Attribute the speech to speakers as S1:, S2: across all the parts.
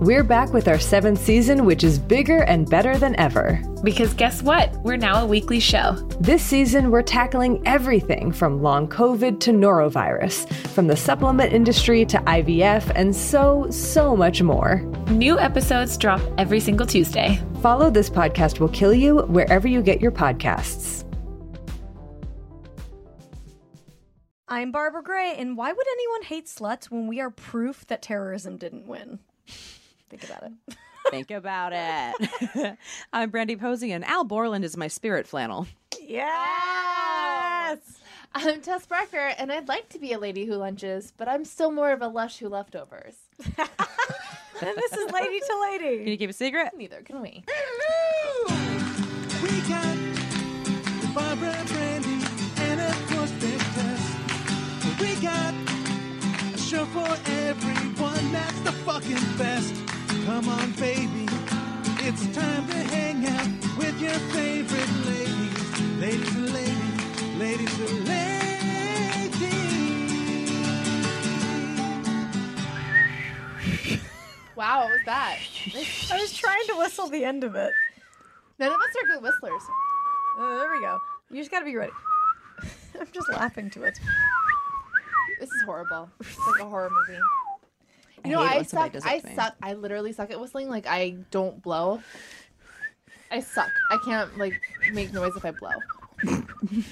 S1: We're back with our seventh season, which is bigger and better than ever.
S2: Because guess what? We're now a weekly show.
S1: This season, we're tackling everything from long COVID to norovirus, from the supplement industry to IVF, and so, so much more.
S2: New episodes drop every single Tuesday.
S1: Follow This Podcast Will Kill You wherever you get your podcasts.
S3: I'm Barbara Gray, and why would anyone hate sluts when we are proof that terrorism didn't win? Think about it.
S4: Think about it. I'm Brandy Posey, and Al Borland is my spirit flannel.
S3: Yes!
S5: I'm Tess Barker, and I'd like to be a lady who lunches, but I'm still more of a lush who leftovers.
S3: And this is Lady to
S4: Can
S3: Lady.
S4: you keep a secret?
S5: Neither can we.
S6: We got Barbara Brandy and of course Big Tess. We got a show for everyone that's the fucking best. Come on, baby, it's time to hang out with your favorite ladies, ladies and ladies, ladies and ladies.
S5: Wow, what was that?
S3: I was trying to whistle the end of it.
S5: None of us are good whistlers.
S3: Oh, there we go. You just gotta be ready. I'm just laughing to it.
S5: This is horrible. It's like a horror movie. You know,
S4: hate it
S5: I
S4: when somebody
S5: suck.
S4: does it
S5: I
S4: to me.
S5: suck. I literally suck at whistling. Like I don't blow. I suck. I can't like make noise if I blow.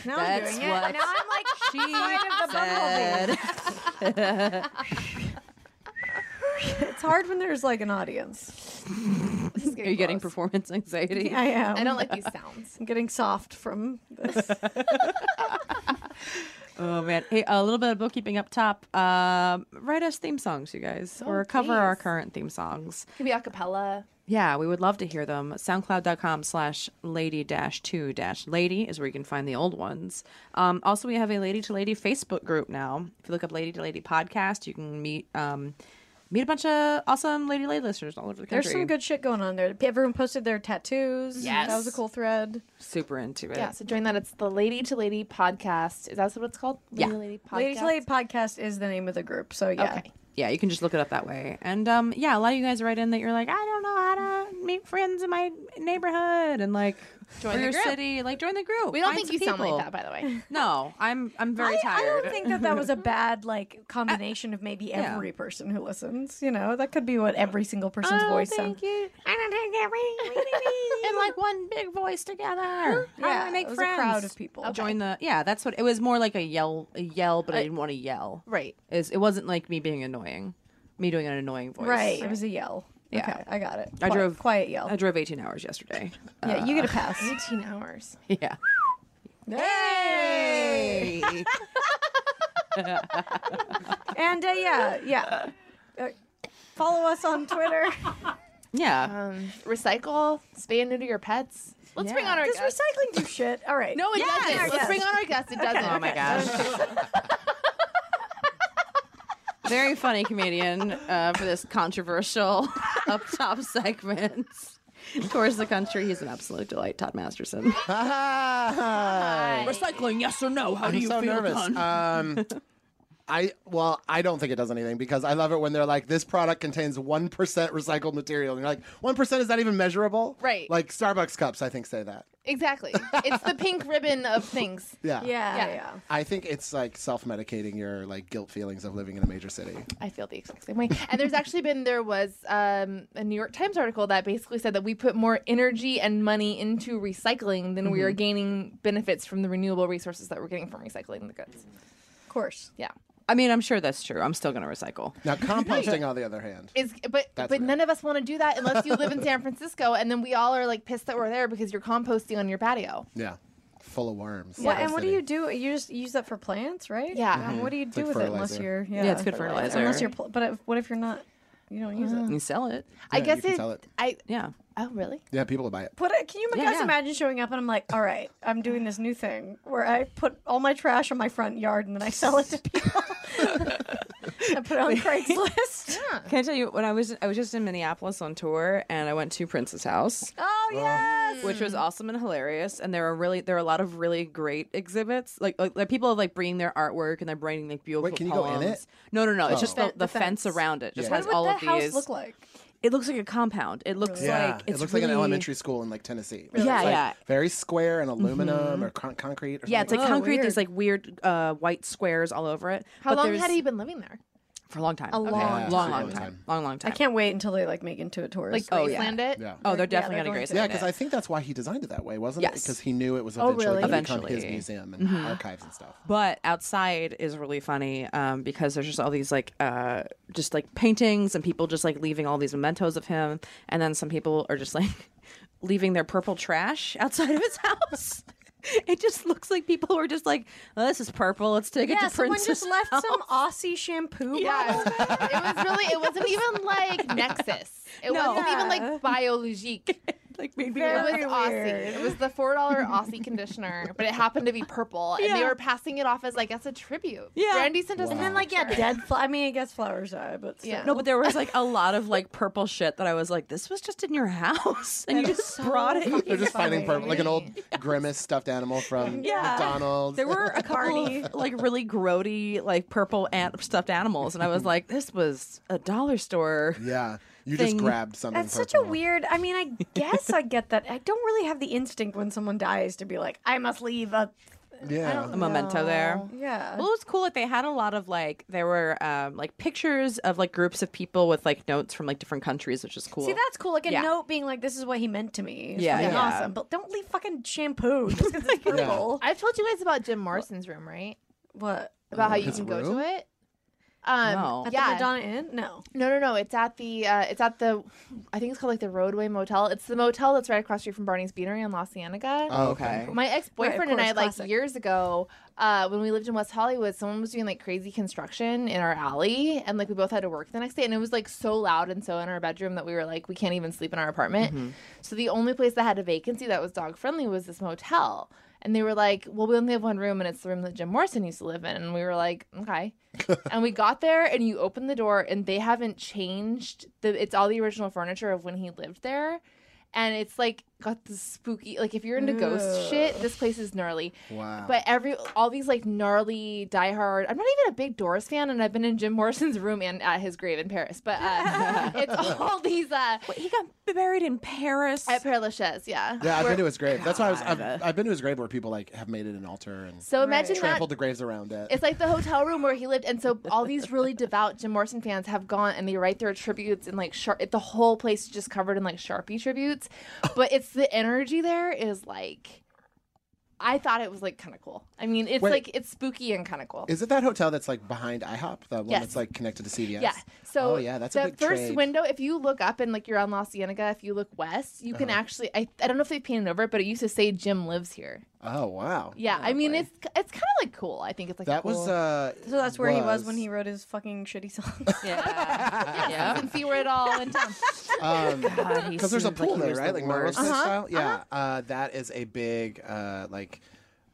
S3: Now
S4: That's
S3: I'm doing it.
S4: what
S3: Now I'm like
S4: She said.
S3: It's hard when there's like an audience.
S5: This is
S4: Are you getting
S5: gross.
S4: performance anxiety?
S3: I am.
S5: I don't like these sounds.
S3: I'm getting soft from this.
S4: Oh man! Hey, a little bit of bookkeeping up top. Um, write us theme songs, you guys, or cover our
S5: please.
S4: current theme songs.
S5: It could be acapella.
S4: Yeah, we would love to hear them. SoundCloud.com slash lady dash two dash lady is where you can find the old ones. Um, also, we have a lady to lady Facebook group now. If you look up lady to lady podcast, you can meet um, meet a bunch of awesome lady lady listeners all over the country.
S3: There's some good shit going on there. Everyone posted their tattoos.
S4: Yes.
S3: That was a cool thread.
S4: super into it.
S5: Yeah. So join that. It's the Lady to Lady podcast. Is that what it's called? Lady
S4: Yeah.
S5: to Lady podcast.
S3: Lady to Lady podcast is the name of the group. So yeah.
S5: Okay.
S4: yeah, you can just look it up that way. And um, yeah, a lot of you guys write in that you're like, I don't know how to meet friends in my neighborhood and like join
S5: the
S4: your
S5: group.
S4: city, like join the group.
S5: We don't think
S4: Find some
S5: you sound
S4: people.
S5: like that, by the way.
S4: No, I'm I'm very
S3: I, I
S4: tired.
S3: don't think that that was a bad like combination of maybe every person who listens. You know, that could be what every single person's voice sounds.
S4: Oh, you. I don't think that we in like one big voice together.
S3: Yeah, it was a crowd of people.
S4: Join the yeah. That's what it was more like a yell, a yell, but I, didn't want to yell.
S5: Right.
S4: Is it wasn't like me being annoying, me doing an annoying voice.
S3: Right, it was a yell.
S4: Yeah.
S3: Okay, I got it.
S4: I
S3: Qui-
S4: drove
S3: quiet yell.
S4: I drove 18 hours yesterday.
S3: yeah, you get a pass.
S5: 18 hours.
S4: yeah. Hey.
S3: and uh, yeah, yeah. Uh, follow us on Twitter.
S4: Oh yeah.
S5: Um, recycle, spay and neuter your pets. Let's bring on our
S3: Does
S5: guest.
S3: recycling do shit? All right.
S5: no, it
S3: Yeah,
S5: doesn't.
S3: our
S5: Let's
S3: guest.
S5: bring on our guest. It doesn't.
S4: Oh my gosh. Very funny comedian uh, for this controversial up top segment. Towards the country, he's an absolute delight, Todd Masterson.
S6: Hi.
S4: Recycling, yes or no? How
S7: I'm so nervous. Um, I well, I don't think it does anything because I love it when they're like, "This product contains one percent recycled material," and you're like, "One percent is that even measurable?"
S5: Right.
S7: Like Starbucks cups, I think say that.
S5: Exactly. It's the pink ribbon of things.
S7: Yeah.
S3: Yeah, yeah.
S5: Yeah.
S7: I think it's like self-medicating your like guilt feelings of living in a major city.
S5: I feel the exact same way. And there's actually been there was um, a New York Times article that basically said that we put more energy and money into recycling than we are gaining benefits from the renewable resources that we're getting from recycling the goods.
S3: Of course.
S5: Yeah.
S4: I mean, I'm sure that's true. I'm still going to recycle.
S7: Now, composting, on the other hand,
S5: Is but
S7: That's
S5: but
S7: right.
S5: none of us want to do that unless you live in San Francisco, and then we all are like pissed that we're there because you're composting on your patio.
S7: yeah, full of worms.
S3: What,
S7: Our
S3: and what do
S7: city.
S3: you do? You just use that for plants, right?
S5: Yeah.
S3: Um, what do you do
S7: Mm-hmm. like
S3: with it unless
S7: fertilizer.
S3: you're? Yeah,
S4: Yeah, it's good fertilizer.
S3: Unless you're, pl- but if, what if you're not? You don't use it.
S4: you sell it.
S5: I
S7: Yeah,
S5: guess
S7: you can
S5: it,
S7: sell it.
S5: I
S4: Yeah.
S5: oh really?
S7: Yeah, people will buy it.
S3: Put it, can you
S4: Yeah,
S3: guys
S4: yeah.
S3: imagine showing up and I'm like, all right, I'm doing this new thing where I put all my trash on my front yard and then I sell it to people. I put it on Craigslist.
S4: Can I tell you when I was I was just in Minneapolis on tour and I went to Prince's house,
S3: Oh yes.
S4: which was awesome and hilarious. And there are really there are a lot of really great exhibits. Like like, like people are like bringing their artwork and they're bringing like beautiful.
S7: can you go in
S4: poems.
S7: it? Oh.
S4: No, no, no. It's just the,
S3: Fen-
S4: the
S3: the
S4: fence.
S3: fence.
S4: around it. Just
S7: Yeah.
S4: has
S3: What would
S4: all
S3: that
S4: of
S3: house
S4: these.
S3: look like?
S4: It looks like a compound. It looks
S7: Yeah,
S4: like it's
S7: it looks
S4: really,
S7: like an elementary school in like Tennessee. It's
S4: Yeah,
S7: like
S4: yeah. Mm-hmm.
S7: Very square and aluminum or con- concrete. Or
S4: Yeah, it's like
S7: something.
S3: Oh,
S4: concrete.
S3: weird.
S4: There's like weird uh, white squares all over it.
S5: How
S4: But
S5: long
S4: there's-
S5: had he been living there?
S4: For a long time.
S3: A long
S7: Yeah,
S4: long, long
S7: time.
S4: time. Long, long
S3: I
S4: time.
S3: can't wait until they like make into a tourist.
S5: Like
S4: Oh,
S5: oh,
S4: yeah.
S5: it?
S7: yeah.
S4: Oh, they're
S3: Yeah,
S4: definitely
S3: they're
S4: gonna
S3: going
S4: grace
S3: to-
S4: it.
S7: Yeah, because I think that's why he designed it that way, wasn't it?
S4: Yes. Oh,
S7: Because he knew it was eventually
S5: really?
S7: going to become his
S4: Eventually. Mm-hmm.
S7: museum and archives and stuff.
S4: But outside is really funny um, because there's just all these like uh, just like paintings and people just like leaving all these mementos of him, and then some people are just like leaving their purple trash outside of his house. it just looks like people were just like, oh, "This is purple. Let's take
S3: yeah,
S4: it to
S3: someone
S4: Prince's."
S3: just left
S4: house."
S3: some Aussie shampoo.
S5: Yeah,
S3: bottle.
S5: it was really. It wasn't even like Nexus. It
S4: No.
S5: wasn't even like Biologique.
S4: like maybe
S5: It was
S3: Very
S5: Aussie.
S3: weird.
S5: It was the four dollar Aussie conditioner, but it happened to be purple, and they
S4: Yeah.
S5: were passing it off as like that's a tribute.
S4: Yeah.
S5: Brandy sent us,
S7: Wow.
S5: and
S3: And then like yeah, dead. Fl- I mean, I guess flowers die, but still.
S5: Yeah.
S4: No, but there was like a lot of like purple shit that I was like, "This was just in your house, and you
S3: That is
S4: just
S3: so
S4: brought it."
S3: fucking
S7: They're just finding
S3: funny.
S7: purple, like an old grimace stuffed animal from
S4: Yeah.
S7: McDonald's.
S4: There were a couple
S3: Barney.
S4: of like really grody, like purple ant- stuffed animals, and I was like, "This was a dollar store."
S7: yeah, you
S4: thing.
S7: just grabbed something.
S3: That's such a
S7: purple.
S3: weird. I mean, I guess I get that. I don't really have the instinct when someone dies to be like, I must leave a.
S7: Yeah,
S4: A memento there.
S3: Yeah.
S4: Well, it was cool. Like they had a lot of like there were um, like pictures of like groups of people with like notes from like different countries, which is cool.
S3: See, that's cool. Like a
S4: Yeah.
S3: note being like, this is what he meant to me. It's
S4: Yeah,
S3: fucking
S4: yeah.
S3: Awesome. But don't leave fucking shampoo just 'cause it's purple.
S5: I've told you guys about Jim Morrison's room, right?
S3: What?
S5: About how you
S7: his
S5: can go
S7: room?
S5: to it. Um,
S4: No.
S3: At
S5: yeah.
S3: the Madonna Inn? No.
S5: No, no, no. It's at the uh, it's at the I think it's called like the Roadway Motel. It's the motel that's right across the street from Barney's Beanery in La Cienega.
S7: Oh, okay.
S5: My ex boyfriend
S3: Right, of
S5: and I,
S3: course,
S5: like
S3: classic.
S5: years ago, uh, when we lived in West Hollywood, someone was doing like crazy construction in our alley, and like we both had to work the next day, and it was like so loud and so in our bedroom that we were like, we can't even sleep in our apartment.
S3: Mm-hmm.
S5: So the only place that had a vacancy that was dog friendly was this motel. And they were like, well, we only have one room, and it's the room that Jim Morrison used to live in. And we were like, okay. and we got there, and you open the door, and they haven't changed the. It's all the original furniture of when he lived there and it's like got this spooky like if you're into ghost shit this place is gnarly
S7: Wow.
S5: but every all these like gnarly diehard i'm not even a big doors fan and i've been in jim morrison's room and at his grave in paris but uh, it's all these uh
S4: he got buried in Paris.
S5: at Père Lachaise, yeah
S7: yeah, I've been to his grave. That's why I was. I've, I've been to his grave where people like have made it an altar and
S5: so imagine that
S7: trampled the graves around it.
S5: it's like the hotel room where he lived and so all these really devout jim morrison fans have gone and they write their tributes and like shar- the whole place is just covered in like sharpie tributes but it's the energy there is like i thought it was like kind of cool i mean it's
S7: Wait.
S5: like it's spooky and kind of cool
S7: Is it that hotel that's like behind IHOP, the one
S5: Yes.
S7: that's like connected to CVS?
S5: yeah. So
S7: oh yeah, that's
S5: the
S7: a big
S5: first
S7: trade.
S5: window. If you look up and like you're on La Cienega, if you look west, you can
S7: Uh-huh.
S5: actually. I, I don't know if they painted over it, but it used to say Jim lives here.
S7: Oh wow,
S5: Yeah, I mean it's it's kind of like cool. I think it's like
S7: that was.
S5: cool-
S7: uh
S3: So that's where he was when he wrote his fucking shitty song.
S4: yeah.
S5: you
S4: yeah.
S5: can see where it all went down.
S7: Um,
S4: God, he
S7: because there's a
S4: seemed like
S7: pool
S4: he
S7: there,
S4: was
S7: right?
S4: the
S7: Like Marvel
S4: worst.
S7: Smith
S5: Uh-huh,
S7: style. Yeah, uh that is a big, uh, like,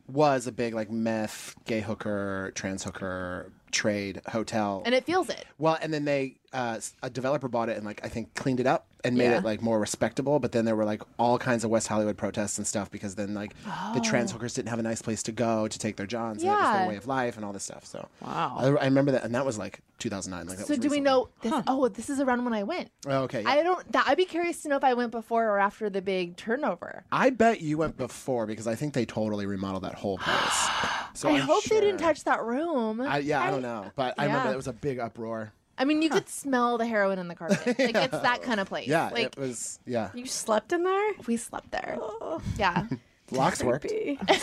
S7: was a big like meth, gay hooker, trans hooker trade hotel.
S5: and it feels it.
S7: well, and then they uh, s- a developer bought it and like I think cleaned it up and made
S4: Yeah.
S7: it like more respectable. But then there were like all kinds of West Hollywood protests and stuff because then like the trans hookers didn't have a nice place to go to take their johns. and it was
S5: Oh. Yeah.
S7: their way of life and all this stuff. So
S4: Wow.
S7: I, I remember that, and that was like 2009. Like that
S5: So
S7: was
S5: do we
S7: recently.
S5: know? This, Oh, this is around when I went.
S7: Oh, okay, yeah.
S5: I don't. That, I'd be curious to know if I went before or after the big turnover.
S7: I bet you went before because I think they totally remodeled that whole place. So
S5: I
S7: Oh, I'm
S5: hope they didn't
S7: sure.
S5: touch that room.
S7: I,
S5: I,
S7: yeah, I, don't know, but I remember
S5: yeah.
S7: it was a big uproar.
S5: mean, you could smell the heroin in the carpet. Like it's that kind of place.
S7: Yeah,
S5: like
S7: it was. Yeah,
S3: you slept in there?
S5: we slept there. Yeah,
S7: locks worked.
S4: I've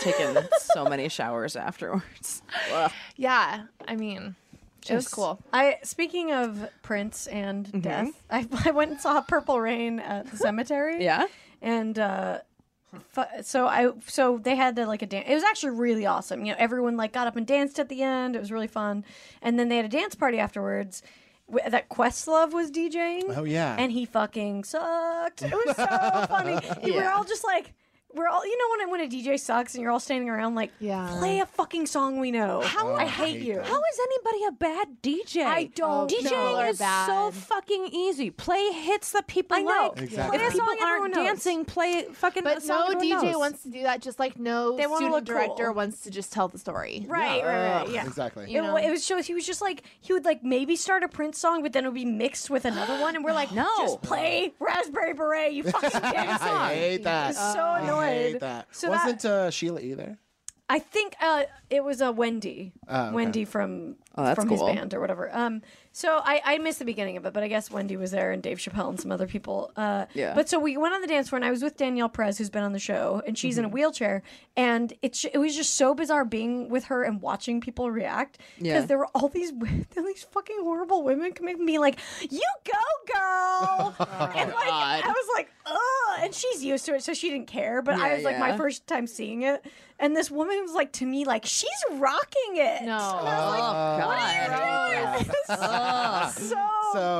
S4: taken so many showers afterwards.
S5: yeah. I mean, it was cool.
S3: I speaking of Prince and
S4: Mm-hmm.
S3: death, I, I went and saw Purple Rain at the cemetery.
S4: Yeah.
S3: and uh, fu- so I so they had the, like a dance. It was actually really awesome. You know, everyone like got up and danced at the end. It was really fun, and then they had a dance party afterwards. wh- That Questlove was DJing.
S7: Oh, yeah.
S3: and he fucking sucked. It was so funny. We were all just like. we're all you know when when a DJ sucks and you're all standing around like
S5: Yeah.
S3: play a fucking song we know. How I hate you.
S7: that.
S8: How is anybody a bad DJ?
S3: I don't
S8: DJing
S5: know.
S8: is
S5: People are
S8: so
S5: bad.
S8: fucking easy. Play hits that people
S3: I know.
S8: like.
S7: Exactly.
S8: If
S3: Play a
S8: people
S3: song everyone
S8: aren't
S3: knows.
S8: dancing, play fucking. a
S5: But
S8: song
S5: no
S8: everyone
S5: DJ
S8: knows.
S5: wants to do that. Just like no
S3: They wanna
S5: student
S3: look
S5: director
S3: cool.
S5: wants to just tell the story.
S3: Right, right, right. Yeah.
S7: Exactly.
S3: It, wa- it was shows he was just like he would like maybe start a Prince song, but then it would be mixed with another one, and we're like,
S8: No.
S3: just play Raspberry Beret, you fucking damn song.
S7: I hate that.
S3: It's so
S7: I hate
S3: annoyed.
S7: that.
S3: So that-
S7: Wasn't uh, Sheila E there?
S3: I think uh, it was a Wendy,
S7: Oh, okay.
S3: Wendy from
S4: Oh, that's
S3: from
S4: cool.
S3: his band or whatever. Um, so I, I missed the beginning of it, but I guess Wendy was there and Dave Chappelle and some other people. Uh,
S4: Yeah.
S3: But so we went on the dance floor and I was with Danielle Perez, who's been on the show, and she's
S4: Mm-hmm.
S3: in a wheelchair, and it it was just so bizarre being with her and watching people react because
S4: Yeah.
S3: there were all these wo- there were these fucking horrible women coming up and being like, "You go, girl,"
S4: Oh
S3: and like I was like, "Ugh," and she's used to it, so she didn't care. But I
S4: Yeah,
S3: was like, my
S4: yeah.
S3: first first time seeing it, and this woman was like to me, like she's rocking it.
S5: No.
S7: Oh,
S3: It was so.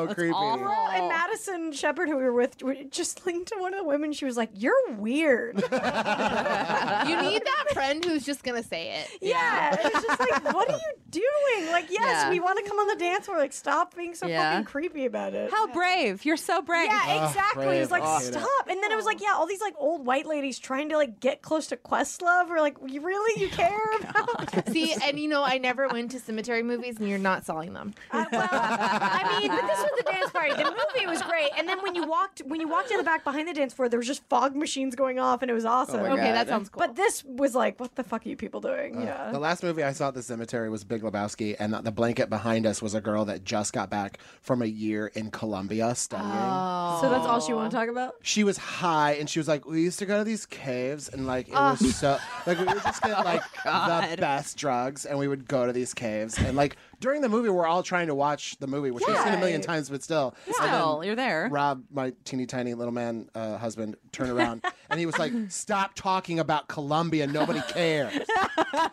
S7: so creepy.
S4: awful.
S3: and Madison Shepard, who we were with, w- just linked to one of the women. She was like, "You're weird."
S5: uh, you need that friend who's just gonna say it.
S3: yeah, and it's just like, "What are you doing?" Like, yes,
S4: Yeah.
S3: we want to come on the dance floor. Like, stop being so
S4: Yeah.
S3: fucking creepy about it.
S8: How brave! You're so brave.
S3: yeah, exactly. it was like,
S7: brave. Oh.
S3: stop. And then it was like, yeah, all these like old white ladies trying to like get close to Questlove, or like, you really you care about
S5: See, and you know, I never went to cemetery movies, and you're not selling them.
S3: Uh, well, I mean, but this was the dance party. The movie was great, and then when you walked when you walked in the back behind the dance floor, there was just fog machines going off, and it was awesome.
S4: my
S5: Okay,
S4: God.
S5: that sounds cool.
S3: But this was like, what the fuck are you people
S4: Uh,
S3: doing? yeah.
S7: The last movie I saw at the cemetery was Big Lebowski, and the blanket behind us was a girl that just got back from a year in Colombia studying.
S3: so that's all she want to talk about.
S7: She was high, and she was like, "We used to go to these caves, and like it was so like we would just
S3: Oh,
S7: get like the best drugs, and we would go to these caves, and like during the movie, we're all trying to watch the movie, which we've seen a million times, but still, And then
S4: Still, you're there.
S7: Rob, my teeny tiny little man uh, husband, turned around and he was like, "Stop talking about Colombia. Nobody cares."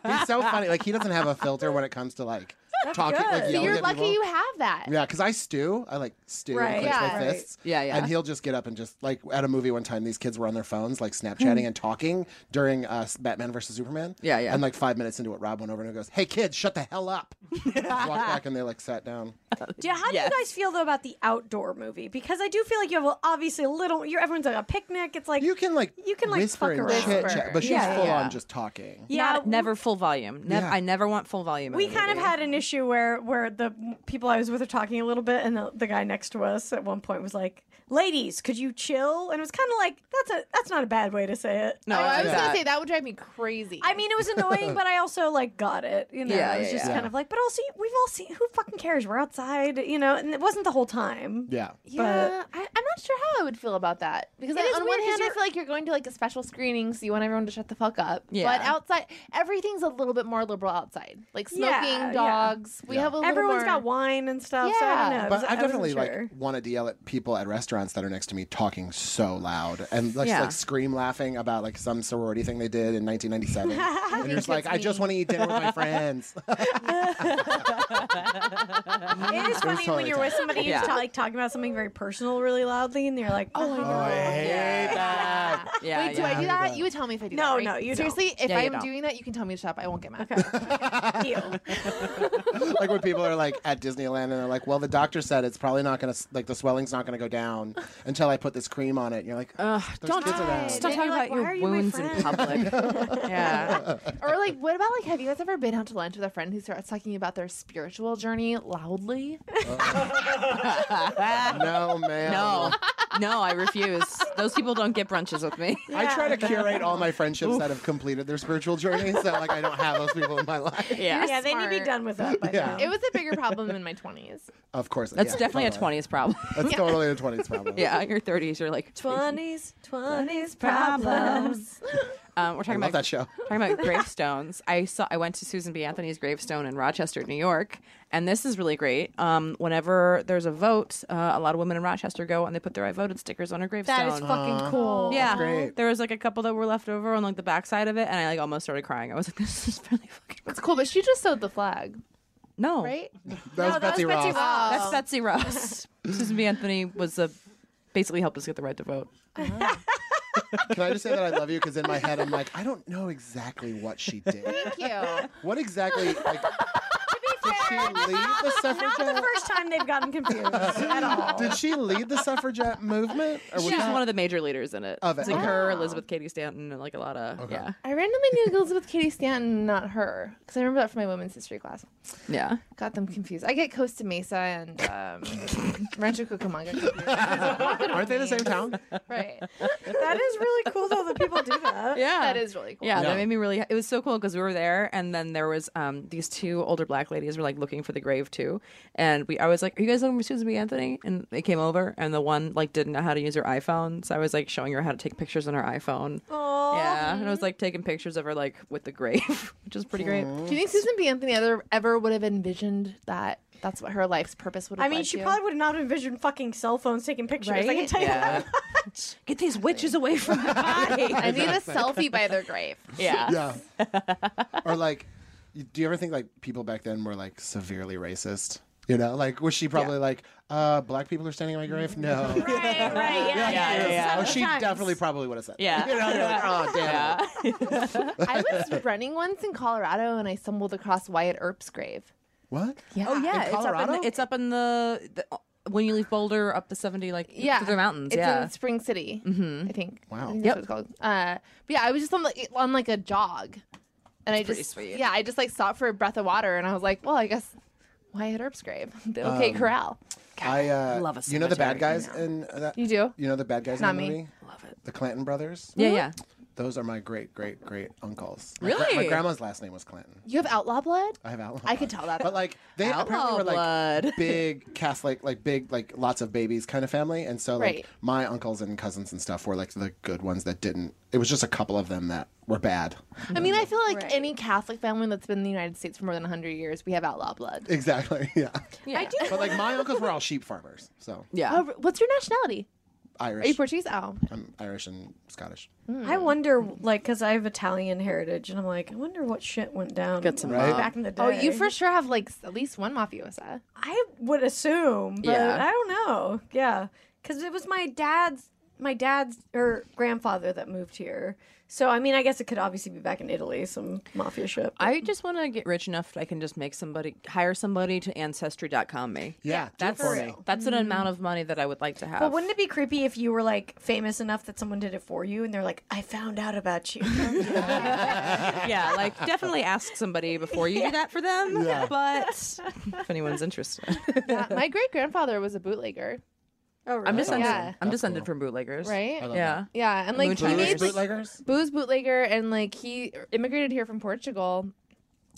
S7: He's so funny. Like he doesn't have a filter when it comes to like talking. Like
S3: good.
S7: yelling
S5: you're
S7: at
S5: lucky
S7: people.
S5: you have that.
S7: Yeah, because I stew. I like stew
S3: Right.
S7: and clench
S3: Yeah.
S7: my
S3: Right.
S7: fists.
S4: Yeah, yeah.
S7: And he'll just get up and just like at a movie one time, these kids were on their phones, like Snapchatting and talking during uh, Batman versus Superman.
S4: Yeah, yeah.
S7: And like five minutes into it, Rob went over and goes, "Hey kids, shut the hell up!" Walked back and they like sat down.
S3: Yeah, how do
S4: Yes.
S3: you guys feel though about the outdoor movie? Because I do feel like you have obviously a little. You're everyone's at a picnic. It's like
S7: You can like
S3: You can, like,
S7: whisper
S3: fuck
S7: and
S3: around.
S7: chit chat, but she's
S4: Yeah,
S7: full
S4: yeah.
S7: on just talking.
S3: yeah,
S4: Not- never full volume. Nev-
S7: Yeah.
S4: I never want full volume. in
S3: We
S4: a
S3: kind of
S4: movie.
S3: had an issue where where the people I was with are talking a little bit, and the, the guy next to us at one point was like, "Ladies, could you chill?" And it was kind of like that's a that's not a bad way to say it.
S4: No,
S5: Oh, I was
S4: that.
S5: gonna say that would drive me crazy.
S3: I mean, it was annoying, but I also like got it. You know,
S4: Yeah,
S3: it was
S4: yeah,
S3: just
S4: yeah.
S3: kind of like, but also we've all seen who fucking cares? We're outside, you know, and it wasn't the whole time.
S7: Yeah.
S5: yeah, I, I'm not sure how I would feel about that because
S3: It
S5: I-
S3: is
S5: on
S3: weird
S5: one
S3: 'cause
S5: hand, I
S3: you're-
S5: feel like you're going to like a special screening, so you want everyone to shut the fuck up.
S4: Yeah.
S5: But outside, everything's a little bit more liberal outside, like smoking,
S3: Yeah, yeah.
S5: dogs. We have a little
S3: Everyone's
S5: more...
S3: got wine and stuff. So I don't
S5: Yeah.
S3: know.
S7: But I
S3: I wasn't
S7: definitely like
S3: sure.
S7: wanted to yell at people at restaurants that are next to me talking so loud and like, just,
S4: Yeah.
S7: like scream laughing about like some sorority thing they did in 1997. and you're just like,
S5: it's
S7: I just
S5: me.
S7: want to eat dinner with my friends.
S3: It is funny
S7: mm, totally
S3: when you're with
S7: tight.
S3: somebody who's
S4: Yeah.
S3: ta- like talking about something very personal really loudly, and they're like, "Oh, my god."
S7: hate that.
S4: Yeah,
S5: Wait, do
S4: yeah.
S5: I do that? You would tell me if I do that.
S3: No,
S5: right?
S3: no, you don't.
S5: seriously. If
S4: Yeah, you
S5: I'm
S4: don't.
S5: doing that, you can tell me to stop. I won't get mad.
S3: Ew.
S7: like when people are like at Disneyland and they're like, well, the doctor said it's probably not going to, like the swelling's not going to go down until I put this cream on it. And you're like,
S4: Ugh,
S7: There's
S4: don't
S7: kids around.
S4: stop
S3: Then
S4: talking
S3: you're like, why
S4: about your
S3: are you my
S4: wounds in
S3: friend?
S4: public. yeah,
S5: Or like, what about like, have you guys ever been out to lunch with a friend who starts talking about their spiritual journey loudly?
S7: no, man.
S4: no, no, I refuse. Those people don't get brunches with me.
S7: I try to curate all my friendships that have completed their spiritual journey so like I don't have those people in my life.
S4: Yeah,
S3: Yeah, they need to be
S5: smart.
S3: done with that by
S7: Yeah.
S3: now.
S5: It was a bigger problem in my twenties.
S7: Of course.
S4: that's
S7: yeah,
S4: definitely
S7: totally.
S4: a 20s problem.
S7: That's totally a 20s problem.
S4: yeah, in your 30s, you're like
S3: Twenties, twenties problems.
S4: Um, we're
S7: I
S4: talking
S7: love
S4: about
S7: that show.
S4: Talking about gravestones, I saw I went to Susan B. Anthony's gravestone in Rochester, New York, and this is really great. Um, whenever there's a vote, uh, a lot of women in Rochester go and they put their "I voted" stickers on her gravestone.
S3: That is fucking cool.
S4: yeah,
S7: great.
S4: there was like a couple that were left over on like the backside of it, and I like almost started crying. I was like, "This is really fucking
S5: It's cool, but she just sewed the flag,
S4: no,
S5: right? Oh.
S7: That was Betsy Ross.
S3: Oh.
S4: That's Betsy Ross. Susan B. Anthony was a basically helped us get the right to vote.
S7: Can I just say that I love you? Because in my head, I'm like, I don't know exactly what she did.
S5: Thank you.
S7: What exactly? Like, did she lead the
S3: Not the
S7: suffragette?
S3: first time they've gotten confused at all.
S7: Did she lead the suffragette movement? Or was
S4: She's
S7: that-
S4: one of the major leaders in it.
S7: Of it.
S4: It's like her, Elizabeth Cady Stanton, and like a lot of yeah,
S5: I randomly knew Elizabeth Cady Stanton, not her, because I remember that from my women's history class.
S4: yeah.
S5: Got them confused. I get Costa Mesa and um, Rancho Cucamonga. confused.
S7: Aren't they the same town?
S5: right.
S3: That is really cool though that people do that.
S4: Yeah,
S5: That is really cool.
S4: Yeah, that made me really. It was so cool because we were there, and then there was um these two older black ladies were like looking for the grave too, and we I was like, "Are you guys looking for Susan B. Anthony?" And they came over, and the one like didn't know how to use her iPhone, so I was like showing her how to take pictures on her iPhone.
S3: Aw.
S4: Yeah, and I was like taking pictures of her like with the grave, which is pretty great.
S5: Do you think Susan B. Anthony ever, ever would have envisioned that that's what her life's purpose would have
S3: I mean,
S5: led
S3: she
S5: to?
S3: probably would not have envisioned fucking cell phones taking pictures. I can tell you that.
S4: Yeah,
S8: Get these witches away from my body.
S5: I need a selfie by their grave.
S4: yeah.
S7: Yeah. or like, you- do you ever think like people back then were like severely racist? You know, like was she probably like, uh, black people are standing on my grave? No.
S3: Right, right, yeah.
S4: yeah, yeah.
S7: Oh, she
S3: Sometimes.
S7: definitely probably would have said. that.
S4: Yeah.
S7: You know, you're like, oh damn. it."
S5: I was running once in Colorado and I stumbled across Wyatt Earp's grave.
S7: What?
S4: Oh yeah,
S7: In
S4: it's up in
S7: Colorado?
S4: the, it's up in the, the when you leave Boulder up the seventy like
S5: yeah,
S4: through the mountains.
S5: It's
S4: yeah,
S5: in Spring City, mm-hmm. I think.
S7: Wow.
S5: I think that's what it's called. Uh, but yeah, I was just on like on like a jog, and I
S4: pretty
S5: just
S4: sweet.
S5: yeah, I just like stopped for a breath of water, and I was like, well, I guess Wyatt Earp's grave, the OK Corral.
S7: I uh,
S4: love a
S7: You know the bad
S4: cemetery
S7: guys in that.
S5: You do?
S7: You know the bad guys
S5: Not
S7: in the
S5: me.
S7: movie. Love it. The Clanton brothers.
S4: yeah, yeah.
S7: Those are my great great great uncles. My gra-
S4: Really?
S7: my grandma's last name was Clanton.
S5: You have outlaw blood.
S7: I have outlaw.
S5: I could
S7: blood.
S5: tell that.
S7: But like they apparently
S4: Outlaw
S7: were like
S4: blood.
S7: big Catholic, like big, like lots of babies kind of family, and so like
S5: Right.
S7: my uncles and cousins and stuff were like the good ones that didn't. It was just a couple of them that were bad.
S5: I mean, I feel like any Catholic family that's been in the United States for more than hundred years, we have outlaw blood.
S7: Exactly. Yeah.
S3: I do.
S7: But like my uncles were all sheep farmers, so
S4: Yeah.
S5: Oh, what's your nationality?
S7: Irish.
S5: Are you Portuguese? Oh,
S7: I'm Irish and Scottish.
S3: I wonder, like, because I have Italian heritage, and I'm like, I wonder what shit went down
S7: Right?
S3: back in the day.
S5: oh, you for sure have like s- at least one mafiosa.
S3: I would assume, but
S4: Yeah.
S3: I don't know. Yeah, because it was my dad's, my dad's or grandfather that moved here. So I mean, I guess it could obviously be back in Italy, some mafia shit. but-
S4: I just want to get rich enough that I can just make somebody hire somebody to ancestry.com me.
S7: Yeah,
S4: That's
S7: for me.
S4: that's an amount of money that I would like to have.
S3: But wouldn't it be creepy if you were like famous enough that someone did it for you, and they're like, "I found out about you."
S4: yeah, like definitely ask somebody before you do that for them. But if anyone's interested,
S5: Uh, my great grandfather was a bootlegger,
S3: oh, really?
S4: I'm descended.
S5: Yeah.
S4: I'm descended from bootleggers.
S5: right?
S4: Yeah.
S5: Yeah, and like he
S4: Moonshine.
S5: made
S7: Blues
S4: Bootleggers.
S5: like
S7: bootleggers.
S5: booze bootlegger and like he immigrated here from Portugal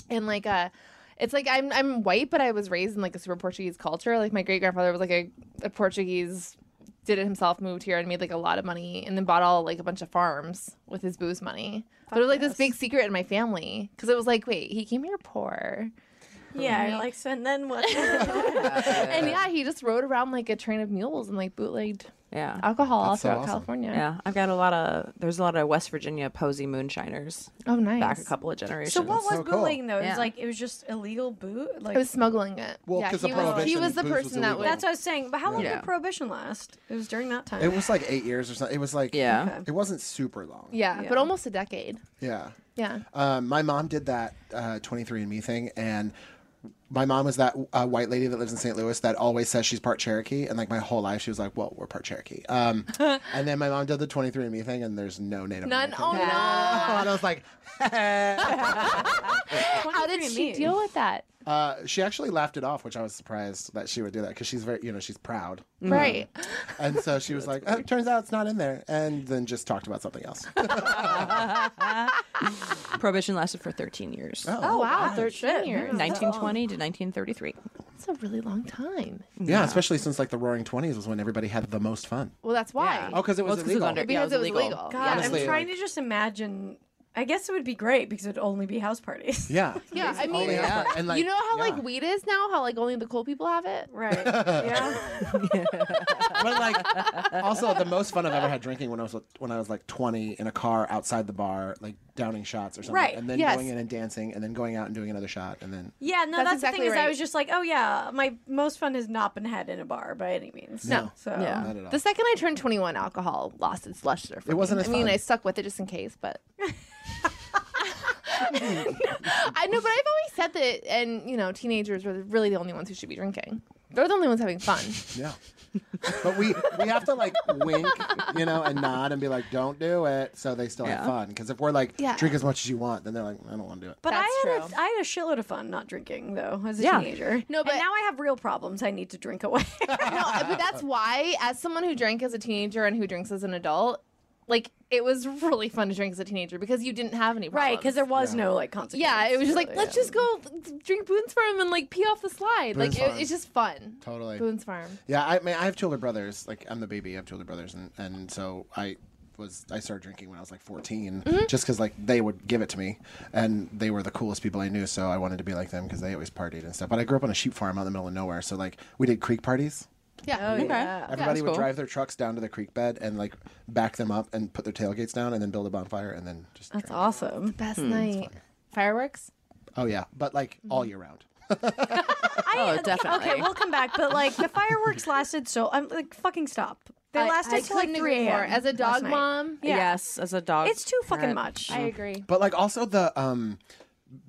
S5: and like uh it's like I'm I'm white but I was raised in like a super Portuguese culture. Like my great grandfather was like a, a Portuguese did it himself, moved here and made like a lot of money and then bought all like a bunch of farms with his booze money. but it was like this big secret in my family cuz it was like wait, he came here poor.
S3: yeah, you're like, so and then what?
S5: And yeah, he just rode around like a train of mules and like bootlegged
S4: Yeah.
S5: alcohol all
S7: That's so
S5: throughout
S7: awesome.
S5: California.
S4: Yeah, I've got a lot of there's a lot of West Virginia posy moonshiners
S5: Oh nice.
S4: back a couple of generations.
S3: so what was
S7: so cool.
S3: bullying though? It
S4: Yeah.
S3: was like it was just illegal boot. Like
S5: I was smuggling it.
S7: Well,
S5: yeah,
S7: 'cause the
S5: he was, he
S7: prohibition
S5: was the
S7: booze was
S5: person that
S7: illegal.
S5: would
S3: that's what I was saying. But how long
S4: Yeah.
S3: did prohibition last? It was during that time.
S7: It was like eight years or something. It was like
S4: Yeah.
S7: It wasn't super long.
S5: Yeah,
S3: Yeah.
S5: but almost a decade.
S7: Yeah.
S5: Yeah.
S7: Um, my mom did that uh, 23andMe thing, and my mom was that uh, white lady that lives in St. Louis that always says she's part Cherokee, and like my whole life she was like, "Well, we're part Cherokee." Um, and then my mom did the 23andMe thing, and there's no Native
S5: None.
S7: American.
S5: Oh no.
S7: and I was like,
S5: How did she deal with that?
S7: uh, she actually laughed it off, which I was surprised that she would do that because she's very, you know, she's proud,
S5: Right.
S7: and so she was like, oh, "Turns out it's not in there," and then just talked about something else.
S4: Prohibition lasted for 13 years.
S5: Oh wow, thirteen years.
S4: 1920 to 1933.
S5: That's a really long time.
S7: yeah, especially since like the Roaring Twenties was when everybody had the most fun.
S5: Well, that's why.
S7: Oh, because it was
S4: Well, it's 'cause it was
S7: illegal.
S4: under-
S5: Because
S4: Yeah,
S5: it was illegal.
S3: God,
S7: Honestly,
S3: I'm trying
S7: like-
S3: to just imagine I guess it would be great because it would only be house parties.
S7: Yeah.
S5: Yeah, I mean,
S7: Only half part. And, like,
S5: you know how
S7: yeah.
S5: like weed is now, how like only the cool people have it.
S3: Right. Yeah.
S7: but like also the most fun I've ever had drinking when I was when I was like 20 in a car outside the bar like downing shots or something
S3: Right,
S7: and then
S5: yes.
S7: going in and dancing and then going out and doing another shot and then
S3: Yeah, no, that's,
S5: That's
S3: the
S5: exactly
S3: thing is I
S5: right.
S3: was just like, oh yeah, my most fun has not been had in a bar by any means.
S7: No.
S3: So
S7: not at all.
S5: The second I turned 21, alcohol lost its luster. For
S7: It wasn't
S5: me.
S7: as
S5: I mean,
S7: fun.
S5: I stuck with it just in case, but. I know, but I've always said that, and you know, teenagers are really the only ones who should be drinking. They're the only ones having fun.
S7: yeah. but we we have to like wink, you know, and nod and be like don't do it so they still have fun because if we're like
S5: Yeah.
S7: drink as much as you want then they're like I don't want to do it.
S3: But I
S5: That's
S3: had,
S5: true.
S3: a, I had a shitload of fun not drinking though as a
S4: Yeah.
S3: teenager.
S5: No, but-
S3: and now I have real problems. I need to drink away.
S5: no, but that's why, as someone who drank as a teenager and who drinks as an adult, like it was really fun to drink as a teenager because you didn't have any problems.
S3: right? Because there was no like consequence.
S5: yeah, it was just like let's just go drink Boone's Farm and like pee off the slide.
S7: Boone's
S5: like it,
S7: Farm.
S5: it's just fun.
S7: Totally.
S5: Boone's Farm.
S7: Yeah, I mean I have two older brothers, like I'm the baby, I have two older brothers and and so I was I started drinking when I was like 14 just cuz like they would give it to me and they were the coolest people I knew so I wanted to be like them cuz they always partied and stuff. But I grew up on a sheep farm out in the middle of nowhere, so like we did creek parties.
S5: Oh, Yeah. okay.
S7: Everybody would
S4: cool.
S7: drive their trucks down to the creek bed and like back them up and put their tailgates down and then build a bonfire and then just
S3: That's
S7: drink.
S3: awesome.
S5: Best
S7: Hmm,
S5: night. Fireworks.
S7: Oh yeah, but like all year round.
S3: I,
S4: Oh, definitely.
S3: Okay, we'll come back. But like the fireworks lasted so I'm like fucking stop. They
S5: I-
S3: lasted
S5: I
S3: till like
S5: couldn't
S3: three
S5: agree
S3: a.m.
S5: more. As a
S3: last
S5: dog
S3: night.
S5: mom,
S3: Yeah.
S4: Yes, as a dog.
S3: it's too fucking
S4: parent.
S3: much.
S5: I agree.
S7: But like also the um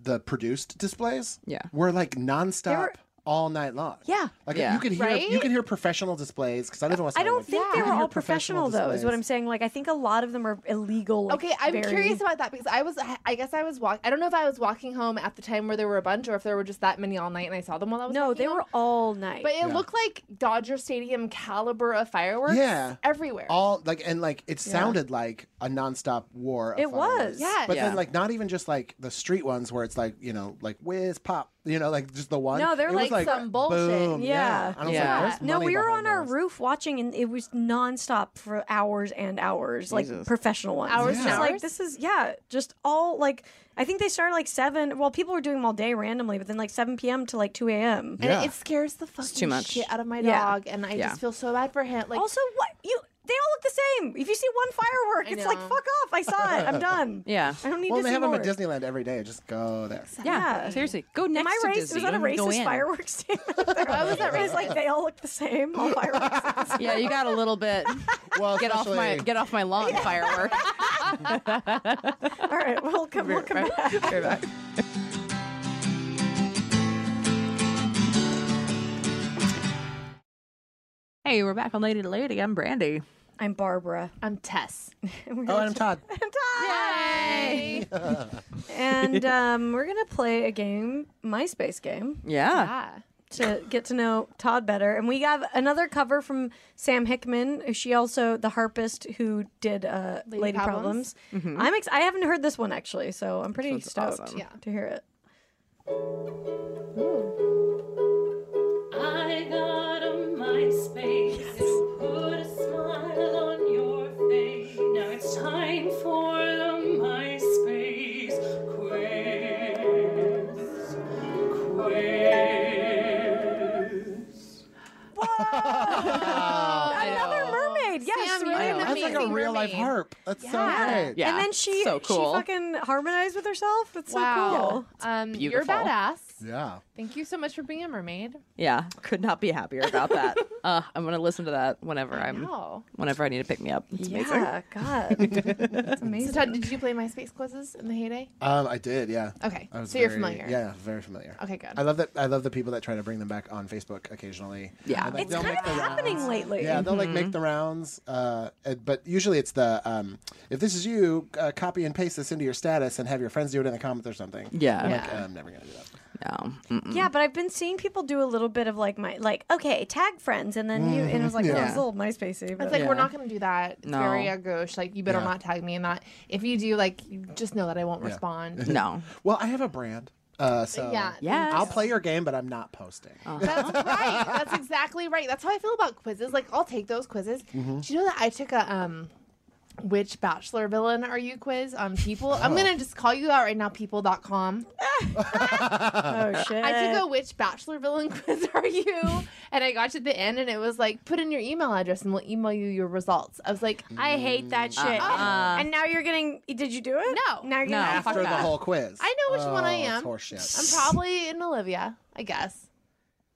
S7: the produced displays
S4: Yeah.
S7: were like nonstop all night long.
S3: Yeah.
S7: Like
S4: Yeah.
S7: you could hear
S5: Right?
S7: you can hear professional displays because I live in West
S3: I don't
S7: Hollywood.
S3: think
S7: You
S3: they
S7: can
S3: were
S7: hear
S3: all professional, though. Is what I'm
S7: displays.
S3: saying. Like I think a lot of them are illegal. Like,
S5: Okay, I'm
S3: very-
S5: curious about that because I was, I guess I was walk. I don't know if I was walking home at the time where there were a bunch or if there were just that many all night and I saw them while I was.
S3: No,
S5: walking
S3: they
S5: home.
S3: were all night.
S5: But it looked like Dodger Stadium caliber of fireworks.
S7: Yeah.
S5: everywhere.
S7: All like and like it sounded like a nonstop war. Of
S3: It was.
S7: fireworks.
S5: Yeah.
S7: But
S4: Yeah.
S7: then like not even just like the street ones where it's like you know like whiz pop you know like just the one.
S3: No, they're
S7: It was,
S5: like some bullshit.
S7: Boom,
S3: Yeah.
S7: And I was
S4: Yeah.
S7: like, there's
S3: no,
S7: money
S3: we were on
S7: behind
S3: our
S7: those.
S3: roof watching, and it was nonstop for hours and hours, like professional ones.
S5: Hours
S3: It's
S7: and
S3: just
S5: hours?
S3: Like this is yeah, just all like I think they started like seven. Well, people were doing them all day randomly, but then like seven p.m. to like two a.m.
S5: And it-
S7: Yeah.
S5: it scares the fucking
S4: too much.
S5: shit out of my
S3: Yeah.
S5: dog, and I just feel so bad for him. Like,
S3: Also, what you they all look the same. If you see one firework, it's like
S5: know.
S3: fuck off. I saw it. I'm done.
S4: Yeah.
S3: I don't need
S7: Well,
S3: to
S7: they
S3: see
S7: have
S3: more.
S7: them at Disneyland every day. Just go there.
S4: Yeah,
S3: Yeah.
S4: seriously. Go next
S3: Am I
S4: to
S3: racist?
S4: Disney.
S3: Was that a
S4: Don't go
S3: racist
S4: in.
S3: fireworks statement? Why
S5: was that
S3: It's like they all look the same. All fireworks. look the same.
S4: Yeah, you got a little bit.
S7: Well,
S4: Get off my
S7: especially-
S4: get off my lawn, firework.
S3: all right, we'll come. We'll come back.
S4: Hey, we're back on Lady to Lady. I'm Brandy.
S3: I'm Barbara.
S5: I'm Tess.
S7: Oh, and I'm Todd.
S3: Yay! and um, we're gonna play a game, MySpace game,
S4: Yeah.
S5: Ah,
S3: to get to know Todd better. And we have another cover from Sam Hickman. She also the harpist who did uh, Lady, Problems.
S5: Problems.
S3: I'm ex- I haven't heard this one actually, so I'm pretty stoked
S5: Yeah.
S3: to hear it.
S9: I got a MySpace. It'll put a smile on your face. Now it's time for the MySpace quiz. Quiz.
S3: Another mermaid. Yes,
S5: Sam,
S3: really
S5: you're an
S7: That's like a
S5: Amazing
S7: real life
S5: mermaid.
S7: harp. That's so great.
S4: Yeah.
S3: And then she
S4: so cool.
S3: she fucking harmonized with herself. That's so cool.
S5: wow. Um, you're
S4: beautiful.
S5: badass.
S7: Yeah.
S5: Thank you so much for being a mermaid.
S4: yeah. Could not be happier about that. uh, I'm gonna listen to that whenever I'm
S5: Wow.
S4: whenever I need to pick me up. It's amazing.
S3: Yeah, God.
S5: So Todd, did you play MySpace quizzes in the heyday?
S7: Um, I did. Yeah.
S5: Okay,
S7: I was
S5: so you're
S7: very-
S5: familiar.
S7: Yeah, very familiar.
S5: Okay, good.
S7: I love that. I love the people that try to bring them back on Facebook occasionally.
S4: Yeah. Mm-hmm.
S7: And, like,
S3: It's
S7: they'll
S3: kind
S7: make
S3: of
S7: the
S3: happening
S7: rounds.
S3: lately.
S7: Yeah, they'll like make the rounds, uh, uh, but usually it's the um, if this is you, uh, copy and paste this into your status and have your friends do it in the comments or something.
S4: Yeah.
S7: I'm like, I'm never gonna do that.
S4: No. Mm-mm.
S3: Yeah, but I've been seeing people do a little bit of like my like okay tag friends and then you and it was like oh it's a little MySpacey. But
S5: It's like we're
S4: Yeah.
S5: not going to do that. It's
S4: No.
S5: very a gauche. Like you better
S7: Yeah.
S5: not tag me in that. If you do, like you just know that I won't respond.
S4: No.
S7: Well, I have a brand, uh, so
S5: Yeah.
S4: Yes. Oh.
S7: I'll play your game, but I'm not posting.
S5: That's right. That's
S7: Mm-hmm.
S5: exactly right. That's how I feel about quizzes. Like I'll take those quizzes. Do you know that I took a um which bachelor villain are you quiz on people. I'm going
S7: Oh.
S5: to just call you out right now, people.com.
S3: Oh shit!
S5: I took a which bachelor villain quiz are you? And I got to the end and it was like, put in your email address and we'll email you your results. I was like,
S3: I hate that shit.
S5: Uh-uh.
S3: And now you're getting. Did you do it?
S5: No.
S3: Now you're
S4: No.
S3: getting.
S4: Fuck
S7: After the
S4: that.
S7: whole quiz.
S5: I know which
S7: one
S5: one I am.
S7: Horseshit.
S5: I'm probably an Olivia, I guess.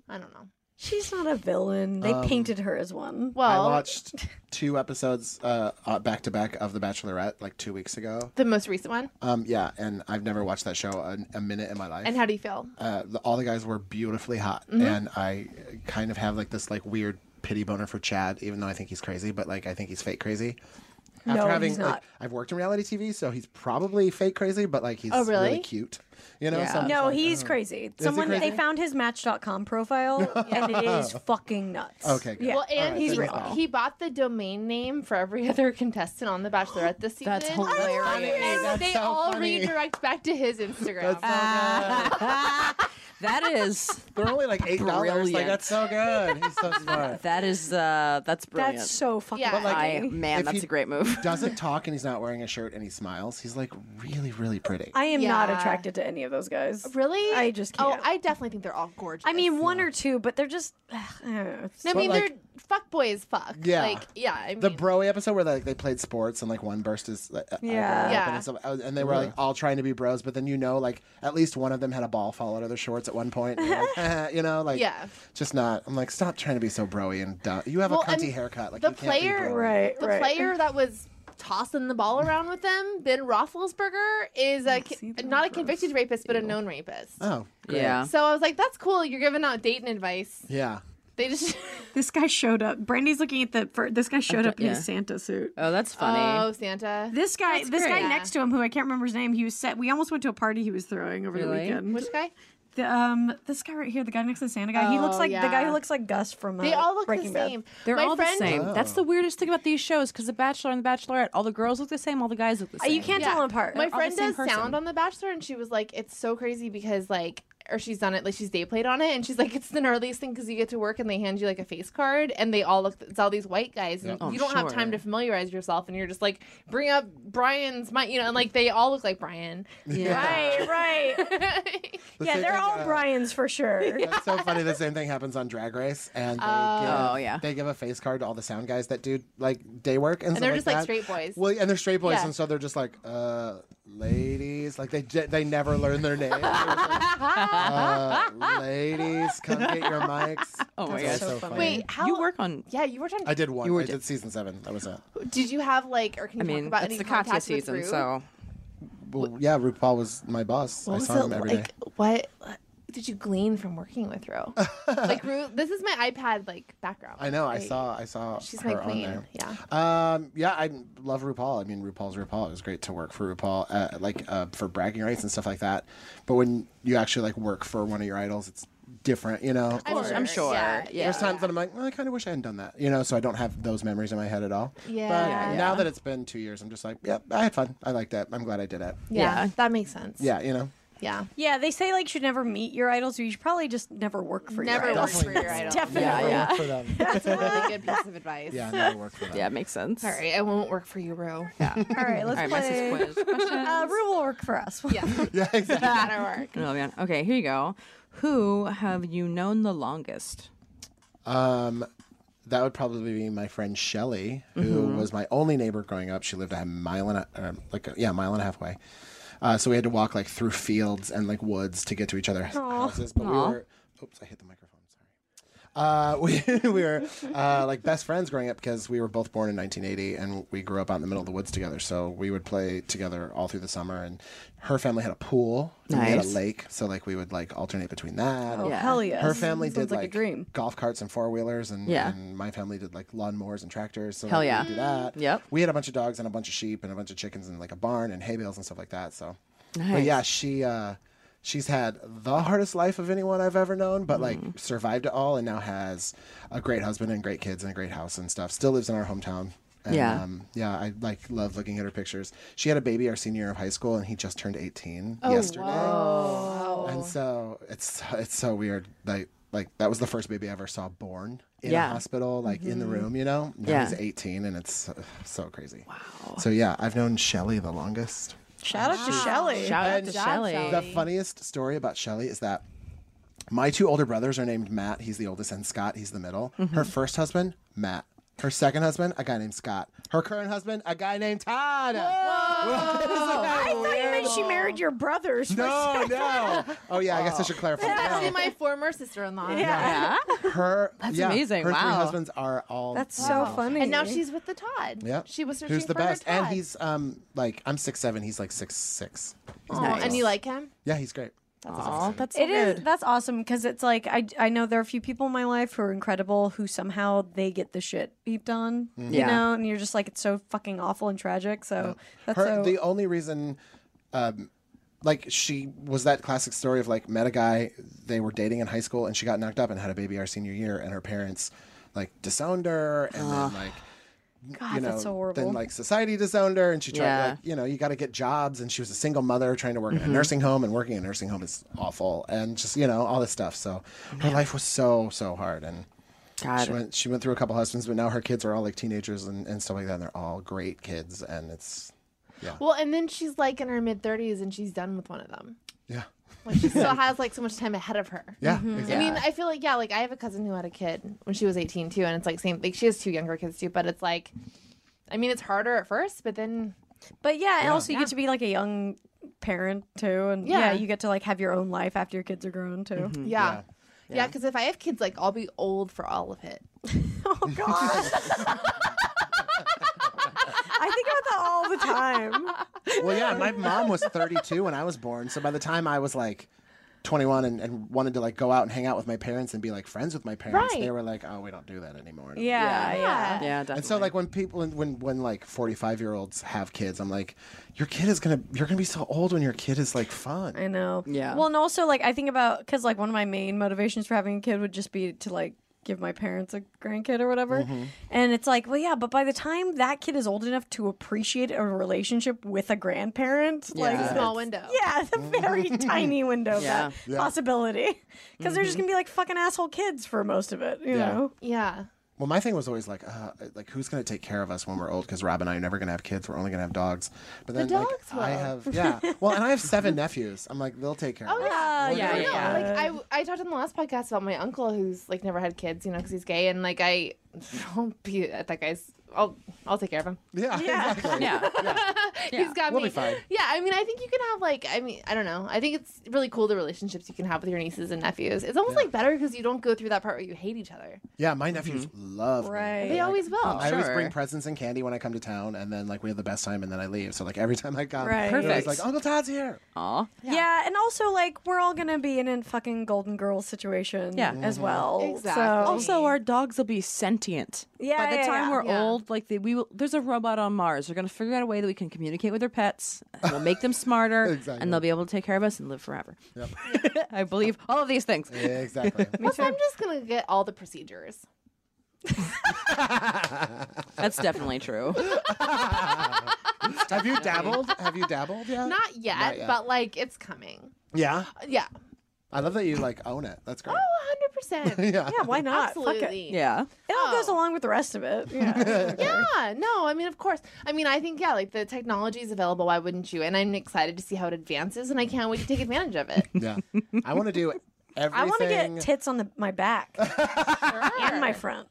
S5: I don't know.
S3: She's not a villain. They painted her as one.
S5: Well,
S7: I watched two episodes uh, uh, back to back of The Bachelorette like two weeks ago.
S5: the most recent one.
S7: Um, yeah, and I've never watched that show a, a minute in my life.
S5: And how Mm-hmm. do you feel?
S7: uh, the, all the guys were beautifully hot, and I uh, kind of have like this like weird pity boner for Chad, even though I think he's crazy, but like I think he's fake crazy.
S3: No, he's
S7: having, like,
S3: not.
S7: I've worked in reality TV, so he's probably fake crazy, but like he's
S5: Oh, really?
S7: cute, you know. So I'm just
S3: No,
S7: like,
S3: he's
S7: oh.
S3: crazy. Someone
S7: crazy?
S3: they found his Match.com profile, and it is fucking nuts.
S7: Okay, good.
S3: Yeah.
S5: Well, and
S7: right,
S5: he,
S7: then it's
S5: he bought the domain name for every other contestant on The Bachelorette this season.
S4: That's hilarious.
S5: And
S7: That's
S5: Oh, they
S7: so
S5: all
S7: funny.
S5: redirect back to his Instagram. Uh,
S4: that is
S7: They're only like eight dollars. Like
S4: Brilliant.
S7: that's so good. He's so smart.
S4: that is uh that's brilliant.
S3: That's so fucking.
S5: Yeah. But, like,
S4: I man,
S7: If
S4: that's
S7: he
S4: a great move.
S7: Doesn't talk and he's not wearing a shirt and he smiles. He's like really, really pretty.
S3: I am not
S5: Yeah.
S3: attracted to any of those guys.
S5: really?
S3: I just
S5: Oh,
S3: can't.
S5: I definitely think they're all gorgeous.
S3: I mean, one or two, but they're just. I don't know.
S5: I mean,
S7: like-
S5: they're fuck boys, fuck.
S7: Yeah.
S5: Like, yeah. I mean,
S7: the broy episode where like they played sports and like one burst his like,
S3: Yeah.
S7: eyebrow open
S5: Yeah.
S7: and, stuff, uh, and they were like all trying to be bros, but then you know like at least one of them had a ball fall out of their shorts at one point. and you're like, "Eh," you know, like
S5: Yeah.
S7: just not. I'm like, stop trying to be so broy and dumb. You have
S5: Well,
S7: a cunty
S5: and
S7: haircut. Like
S5: the
S7: you can't be
S5: player-
S7: bro-y.
S3: Right.
S5: the
S3: right.
S5: player that was tossing the ball around with them, Ben Roethlisberger, is a
S3: see, they're
S5: not a
S3: gross.
S5: convicted rapist, but a known rapist.
S7: Oh, great.
S4: Yeah.
S5: So I was like, that's cool. You're giving out dating advice.
S7: yeah.
S5: They just.
S8: This guy showed up. Brandy's looking at the. fir- This guy showed up in
S4: yeah.
S8: his Santa suit.
S4: Oh, that's funny.
S5: Oh, Santa.
S8: This guy,
S5: That's
S8: this
S5: great.
S8: guy next to him, who I can't remember his name, he was set. We almost went to a party he was throwing over the
S4: Really?
S8: weekend.
S5: Which guy?
S8: The, um, this guy right here, the guy next to the Santa guy, he looks
S5: Oh,
S8: like
S5: yeah.
S8: the guy who looks like Gus from.
S5: They
S8: uh,
S5: all look
S8: Breaking
S5: the
S8: Bad.
S5: same.
S4: They're
S5: My
S4: all
S5: friend-
S4: the same. That's the weirdest thing about these shows because The Bachelor and The Bachelorette, all the girls look the same, all the guys look the
S3: Uh,
S4: same.
S3: You can't
S5: Yeah.
S3: tell them apart.
S5: My
S4: all the
S5: friend
S4: same
S5: does
S4: person.
S5: sound on The Bachelor, and she was like, "It's so crazy because like." Or she's done it, like she's day played on it, and she's like, it's the gnarliest thing because you get to work and they hand you like a face card, and they all look, it's all these white guys, and
S4: Oh,
S5: you don't have time
S4: sure.
S5: to familiarize yourself, and you're just like, bring up Brian's, my, you know, and like they all look like Brian.
S3: right, right.
S7: The
S3: Yeah,
S7: same
S3: they're
S7: thing,
S3: all
S7: uh,
S3: Brian's for sure.
S7: That's so funny. The same thing happens on Drag Race, and they give,
S4: Oh, yeah.
S7: they give a face card to all the sound guys that do like day work, and,
S5: And
S7: stuff
S5: they're just like
S7: that.
S5: straight boys.
S7: Well, and they're straight boys,
S5: Yeah.
S7: and so they're just like, uh, ladies. Like they j- they never learn their name. They're just like, uh, ladies, come get your mics.
S4: Oh my
S7: That's
S4: gosh.
S7: so funny.
S5: Wait, how
S4: You work on.
S5: Yeah, you were trying.
S7: I did one.
S4: You were
S7: I
S4: di-
S7: did season seven. That was it.
S5: Did you have like, or can
S4: I
S5: you
S4: mean,
S5: talk about
S4: it's
S5: any
S4: the Katya
S5: contact with
S4: season,
S5: Rue?
S4: so
S7: Well, yeah, RuPaul was my boss. I
S5: What was
S7: saw
S5: it
S7: him every day.
S5: like? What did you glean from working with Rue? like Rue, this is my iPad like background.
S7: I know. I saw. I saw.
S5: She's my
S7: her
S5: queen.
S7: On there.
S5: Yeah.
S7: Um, yeah, I love RuPaul. I mean, RuPaul's RuPaul. It was great to work for RuPaul, uh, like uh, for bragging rights and stuff like that. But when you actually like work for one of your idols, it's different, you know.
S5: I'm
S4: I'm sure.
S5: Yeah.
S4: Yeah.
S7: There's times that I'm like, well, I kind of wish I hadn't done that, you know. So I don't have those memories in my head at all.
S5: Yeah.
S7: But
S5: Yeah,
S7: now that it's been two years, I'm just like, yep, I had fun. I liked it. I'm glad I did it.
S5: Yeah, that makes sense.
S7: Yeah, you know.
S5: yeah.
S3: Yeah, they say like you should never meet your idols. You should probably just never work for
S5: Never
S3: your
S5: work
S3: idols.
S5: for your idol.
S3: Definitely.
S4: Yeah, yeah.
S7: Work for them.
S5: That's a really good piece of advice.
S7: yeah, never work for them.
S4: Yeah, it makes sense.
S5: All right, I won't work for you, Rue.
S3: All right, let's
S4: All right, my
S3: play.
S4: quiz. Question.
S3: Uh, Rue will work for us. Yeah.
S7: Yeah, exactly.
S5: That'll work.
S4: Oh, man. Okay, here you go. Who have you known the longest?
S7: Um, that would probably be my friend Shelly, who was my only neighbor growing up. She lived a mile and a, or like a, yeah, a mile and a half away. Uh, so we had to walk like through fields and like woods to get to each other's houses. But we were, oops, I hit the microphone. Sorry. Uh, we, we were uh, like best friends growing up because we were both born in 1980 and we grew up out in the middle of the woods together. So we would play together all through the summer. And her family had a pool, and we had a
S4: Nice.
S7: lake. So like we would like alternate between that.
S3: Oh,
S7: and-
S3: hell yes.
S7: her family
S3: Sounds
S7: did
S3: like,
S7: like,
S3: a dream.
S7: golf carts and four wheelers, and,
S4: Yeah.
S7: and my family did like lawnmowers and tractors. So
S4: Hell
S7: like, we
S4: yeah.
S7: would do that.
S4: Yep.
S7: we had a bunch of dogs and a bunch of sheep and a bunch of chickens and like a barn and hay bales and stuff like that. So, but yeah, she uh, she's had the hardest life of anyone I've ever known, but like
S4: Mm.
S7: survived it all and now has a great husband and great kids and a great house and stuff. Still lives in our hometown. And,
S4: Yeah.
S7: um, yeah. I like love looking at her pictures. She had a baby our senior year of high school, and he just
S4: Oh,
S7: turned eighteen yesterday. And so it's it's so weird. Like like that was the first baby I ever saw born in
S4: Yeah. Mm-hmm.
S7: a hospital, like in the room, you know. Now
S4: Yeah.
S7: he's 18, and it's uh, so crazy. Wow. So yeah, I've known Shelly the longest.
S3: Shout out to Shelly.
S4: Shout out to
S5: job,
S4: Shelly.
S5: Shelley.
S7: The funniest story about Shelly is that my two older brothers are named Matt. He's the oldest, and Scott. He's the middle.
S8: Mm-hmm.
S7: Her first husband, Matt. Her second husband, a guy named Scott. Her current husband, a guy named Todd.
S8: I thought you meant she married your brothers.
S7: No, no. Oh yeah, I guess I should clarify.
S5: Actually,
S7: No.
S5: my former sister-in-law.
S4: Yeah.
S7: Her that's
S4: amazing.
S7: Her three
S4: Wow.
S7: husbands are all.
S3: That's so funny.
S5: And now she's with the Todd.
S7: Yeah.
S5: She was searching
S7: Who's the
S5: for her
S7: best? And
S5: Todd.
S7: he's um like I'm six seven. He's like six six.
S5: Oh, And you like him?
S7: Yeah, he's great.
S4: Oh, that's so
S3: It is.
S4: good.
S3: That's awesome because it's like I I know there are a few people in my life who are incredible who somehow they get the shit heaped on, you
S4: Yeah.
S3: know, and you're just like it's so fucking awful and tragic. So that's
S7: Her
S3: so
S7: the only reason, um, like she was that classic story of like met a guy they were dating in high school and she got knocked up and had a baby our senior year and her parents like disowned her and then like.
S3: God,
S7: you know,
S3: that's so horrible.
S7: then like society disowned her, and she tried
S4: Yeah.
S7: to, like, you know, you got to get jobs, and she was a single mother trying to work
S3: Mm-hmm.
S7: in a nursing home, and working in a nursing home is awful, and just you know all this stuff. So her life was so so hard, and
S4: God.
S7: she went she went through a couple husbands, but now her kids are all like teenagers and, and stuff like that, and they're all great kids, and it's
S5: Well, and then she's like in her mid 30s and she's done with one of them.
S7: yeah,
S5: Like she still has like so much time ahead of her.
S7: yeah,
S5: Mm-hmm. I
S7: exactly.
S5: mean, I feel like yeah, like I have a cousin who had a kid when she was 18 too, and it's like same. Like she has two younger kids too, but it's like, I mean, it's harder at first, but then
S3: But yeah, and also you get to be like a young parent too, and yeah.
S5: Yeah.
S3: you get to like have your own life after your kids are grown too.
S5: Mm, yeah, yeah, because if I have kids, like I'll be old for all of it.
S3: Oh God, I think about that all the time.
S7: Well, yeah, my mom was 32 when I was born, so by the time I was like. 21 and, and wanted to like go out and hang out with my parents and be like friends with my parents.
S5: Right.
S7: They were like, "Oh, we don't do that anymore."
S3: Yeah, yeah.
S4: Yeah, definitely.
S7: And so, like when people, when when like forty five year olds have kids, I'm like, your kid is gonna, you're gonna be so old when your kid is like fun.
S3: I know.
S4: Yeah.
S3: Well, and also like I think about because like one of my main motivations for having a kid would just be to like give my parents a grandkid or whatever, and it's like, well, yeah, but by the time that kid is old enough to appreciate a relationship with a grandparent, like
S4: Yeah.
S5: Small window.
S3: Yeah, it's a very tiny window of
S4: Yeah.
S3: that possibility. Because they're just going to be like fucking asshole kids for most of it, you
S7: Yeah.
S3: know?
S5: yeah.
S7: Well, my thing was always like, uh, like who's gonna take care of us when we're old? Because Rob and I are never gonna have kids. We're only gonna have dogs. But then
S5: dogs
S7: like, I
S5: will.
S7: have, yeah. Well, and I have seven nephews. I'm like, they'll take care of
S5: Oh
S7: us.
S5: yeah,
S7: We're
S4: yeah,
S7: good.
S5: No,
S4: yeah.
S5: Like I, I talked in the last podcast about my uncle who's like never had kids, you know, because he's gay, and like I, won't be at that guy's. I'll, I'll take care of him.
S7: yeah, exactly.
S4: yeah.
S5: He's got
S7: We'll
S5: me.
S7: be fine.
S5: Yeah, I mean, I think you can have like, I mean, I don't know. I think it's really cool the relationships you can have with your nieces and nephews. It's almost like better because you don't go through that part where you hate each other.
S7: Yeah, my nephews
S5: Mm-hmm.
S7: love me.
S3: Right.
S5: They always will.
S7: I always
S4: Sure.
S7: bring presents and candy when I come to town, and then like we have the best time, and then I leave. So like every time I come,
S3: Right.
S7: they're always
S4: Perfect.
S7: like Uncle Todd's here.
S4: Aw.
S3: Yeah. and also, like, we're all going to be in a fucking Golden Girls situation
S4: Yeah.
S3: as well. So,
S5: Exactly.
S4: Also, our dogs will be sentient.
S3: Yeah,
S4: By the
S3: yeah,
S4: time
S3: yeah.
S4: we're
S5: Yeah.
S4: old, like they, we will, there's a robot on Mars. We're gonna figure out a way that we can communicate with our pets. And we'll make them smarter,
S7: Exactly.
S4: and they'll be able to take care of us and live forever. I believe all of these things.
S7: Yeah, exactly.
S5: Plus, I'm just gonna get all the procedures.
S4: That's definitely true.
S7: have you dabbled? Have you dabbled yet?
S5: Not yet,
S7: Not yet.
S5: but like it's coming.
S7: Yeah.
S5: Yeah.
S7: I love that you like own it. That's great.
S5: Oh, 100%.
S7: yeah.
S3: yeah, why not? Fuck it.
S5: Absolutely.
S4: Yeah.
S3: It all goes along with the rest of it. Yeah.
S5: Yeah, no, I mean, of course. I mean, I think, yeah, like the technology is available. Why wouldn't you? And I'm excited to see how it advances, and I can't wait to take advantage of it.
S7: Yeah. I want to do everything.
S3: I want to get tits on the, my back and my front.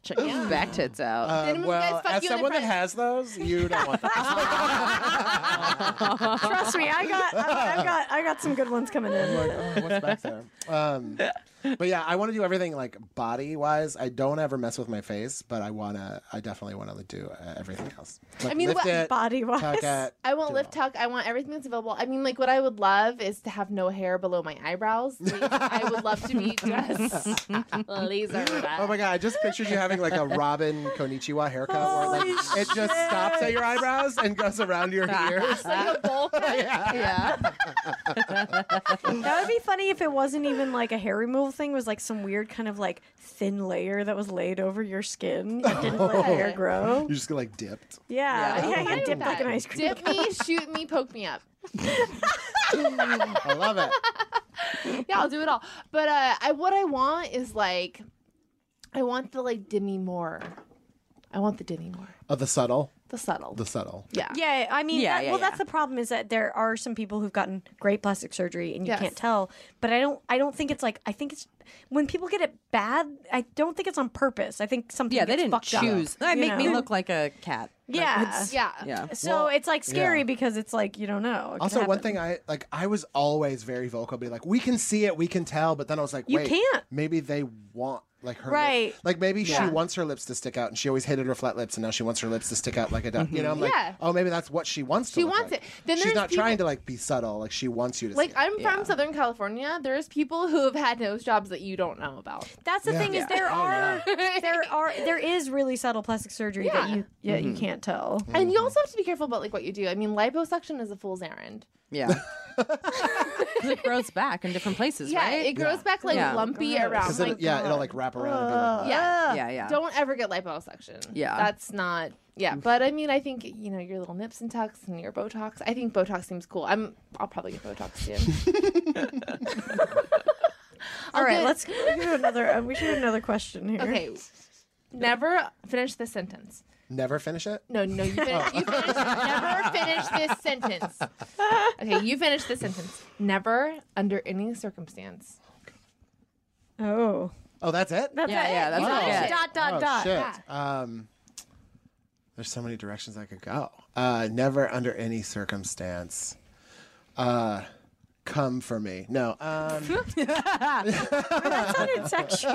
S4: Back tits out.
S7: Uh,
S5: Then when you guys
S7: well,
S5: fuck
S7: as
S5: you in the
S7: someone that
S5: front-
S7: has those, you don't want that.
S3: Trust me, I got, I, I've got, I got some good ones coming in.
S7: like, oh, what's back there? Um, but yeah, I want to do everything like body wise. I don't ever mess with my face, but I wanna. I definitely want to do uh, everything else. Like,
S5: I mean, what-
S7: lift it,
S3: Body
S7: tuck
S3: wise,
S7: it.
S5: I want
S7: Do
S5: lift tuck. I want everything that's available. I mean, like what I would love is to have no hair below my eyebrows. Like, I would love to be just laser.
S7: Oh my god! I just pictured you having like a Robin Konichiwa haircut, where like it just stops at your eyebrows and goes around your ears.
S5: Like a bowl cut.
S3: That would be funny if it wasn't even like a hair removal thing. It was like some weird kind of like thin layer that was laid over your skin that didn't let hair grow.
S7: You just get like dipped.
S3: Yeah, yeah, you dipped like an ice cream.
S5: Dip me, shoot me, poke me up.
S7: I love it.
S5: yeah, I'll do it all. But uh, I what I want is like, I want the like Demi Moore. I want the Demi Moore,
S7: Oh, the subtle,
S5: the subtle.
S7: the subtle.
S5: yeah.
S3: Yeah, I mean,
S4: Yeah,
S3: that-
S4: yeah,
S3: well,
S4: yeah.
S3: that's the problem is that there are some people who've gotten great plastic surgery and you
S5: Yes.
S3: can't tell. But I don't, I don't think it's like I think it's when people get it bad. I don't think it's on purpose. I think something.
S4: Yeah, they
S3: gets
S4: didn't
S3: fucked up,
S4: choose. That
S3: you
S4: make me
S3: know?
S4: look like a cat. Like,
S3: Yeah.
S4: it's-
S5: Yeah.
S4: yeah.
S3: So
S7: Well,
S3: it's like scary
S7: yeah.
S3: because it's like you don't know. It could
S7: Also, one
S3: happen.
S7: thing I like, I was always very vocal, be like, we can see it, we can tell, but then I was like,
S3: You
S7: wait,
S3: can't.
S7: Maybe they want like her, lip-
S3: Right.
S7: Like maybe she wants her lips to stick out, and she always hated her flat lips, and now she wants her lips to stick out like a duck. You know, I'm like,
S5: Yeah.
S7: oh, maybe that's what she wants.
S5: Mm-hmm.
S7: to
S5: She
S7: look
S5: wants
S7: like.
S5: it. Then
S7: she's
S5: there's
S7: not
S5: people-
S7: trying to like be subtle. Like she wants you to.
S5: Like
S7: see it.
S5: I'm from Southern California. There's people who have had nose jobs that you don't know about.
S3: That's the
S7: Yeah.
S3: thing is
S7: Yeah.
S3: there
S7: Oh,
S3: are there are there is really subtle plastic surgery that
S5: Yeah. Mm-hmm.
S3: you yeah you
S4: Mm-hmm.
S3: can't tell.
S5: And you also have to be careful about like what you do. I mean, liposuction is a fool's errand.
S4: Yeah. 'Cause it grows back in different places,
S5: Yeah,
S4: right?
S5: it grows back like
S4: Yeah.
S5: lumpy around.
S7: 'Cause it'll-
S5: Like,
S7: yeah, it'll like wrap around. and be like,
S5: yeah,
S4: yeah, yeah.
S5: Don't ever get liposuction.
S4: Yeah.
S5: that's not. Yeah, but I mean, I think you know your little nips and tucks and your Botox. I think Botox seems cool. I'm. I'll probably get Botox soon.
S3: All right,
S5: good.
S3: let's go to another. Uh, we should have another question here.
S5: okay. Never finish this sentence.
S7: Never finish it.
S5: No, no, you finish. You finish. Never finish this sentence. Okay, you finish this sentence. Never, under any circumstance.
S3: Oh,
S7: Oh, that's it.
S3: that's
S4: Yeah,
S3: it.
S4: yeah, that's
S3: You
S4: what I
S3: got
S4: get.
S3: it. Dot dot
S7: oh,
S3: dot.
S7: Shit. Um, there's so many directions I could go. Uh, never under any circumstance. Uh, come for me. No. Um,
S3: That sounded sexual.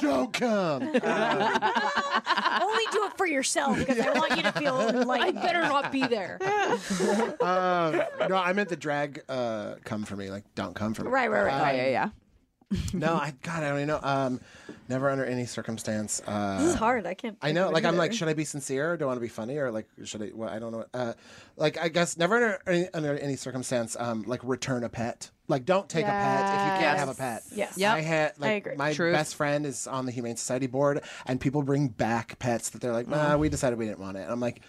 S7: don't come.
S3: Only do it for yourself because I want you to feel like
S5: Better not be there.
S7: Um, no, I meant the drag. Uh, come for me. Like don't come for me. Um,
S3: Right, right, right.
S4: Oh, yeah, yeah.
S7: No, I God, I don't even know. Um, never under any circumstance. Uh,
S3: This is hard. I can't.
S7: I
S3: think
S7: know.
S3: of it
S7: Like, I'm like,
S3: either.
S7: should I be sincere or do I want to be funny or like, should I? Well, I don't know. Uh, like, I guess never under any, under any circumstance, um, like return a pet. Like, don't take a pet if you can't have a pet.
S3: Yes.
S7: Yeah. I had like
S3: agree.
S7: my
S4: Truth.
S7: best friend is on the Humane Society board, and people bring back pets that they're like, nah, we decided we didn't want it. And I'm like,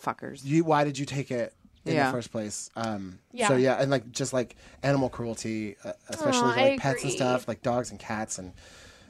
S4: Fuckers.
S7: you, why did you take it? In
S4: Yeah.
S7: the first place, um,
S5: Yeah.
S7: so yeah, and like just like animal cruelty, uh, especially
S5: Aw,
S7: to,
S5: I
S7: like pets and
S5: agree.
S7: stuff, like dogs and cats and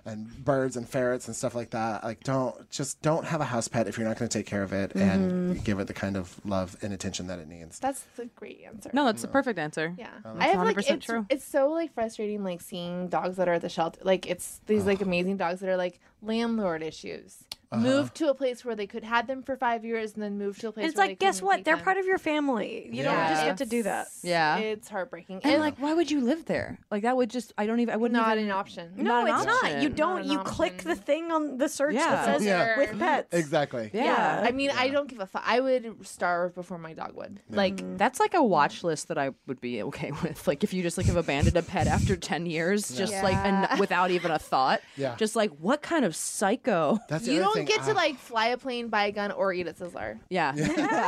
S7: and birds and ferrets and stuff like that. Like, don't just don't have a house pet if you're not going to take care of it
S4: Mm-hmm.
S7: and give it the kind of love and attention that it needs.
S5: That's the great answer.
S4: No, Oh, that's the perfect answer.
S5: Yeah, Um, I have like
S4: 100%
S5: it's,
S4: true.
S5: it's so like frustrating like seeing dogs that are at the shelter. Like it's these like amazing dogs that are like landlord issues. Moved to a place where they could have them for five years and then moved to a place.
S3: And it's
S5: where
S3: like,
S5: they
S3: guess
S5: couldn't
S3: what?
S5: take
S3: They're
S5: them.
S3: part of your family. You don't just get to do that.
S4: Yeah.
S5: it's heartbreaking
S4: And
S5: and
S4: like, why would you live there? Like, that would just, I don't even, I wouldn't
S5: not
S4: even.
S5: an option.
S3: No,
S4: an
S3: it's not. You
S4: option.
S3: don't.
S5: Not an
S3: You click
S5: option.
S3: the thing on the search
S4: Yeah.
S3: that says
S7: Yeah.
S3: with pets.
S7: Exactly.
S4: Yeah.
S5: I mean, I don't give a fuck. I would starve before my dog would. Like,
S4: That's like a watch list that I would be okay with. Like if you just like have abandoned a pet after ten years, just like and without even a thought.
S7: Yeah.
S4: Just like what kind of psycho?
S7: That's the
S5: you
S7: other
S5: don't
S7: thing.
S5: get to
S7: Ah,
S5: like fly a plane, buy a gun, or eat at Sizzler.
S4: Yeah.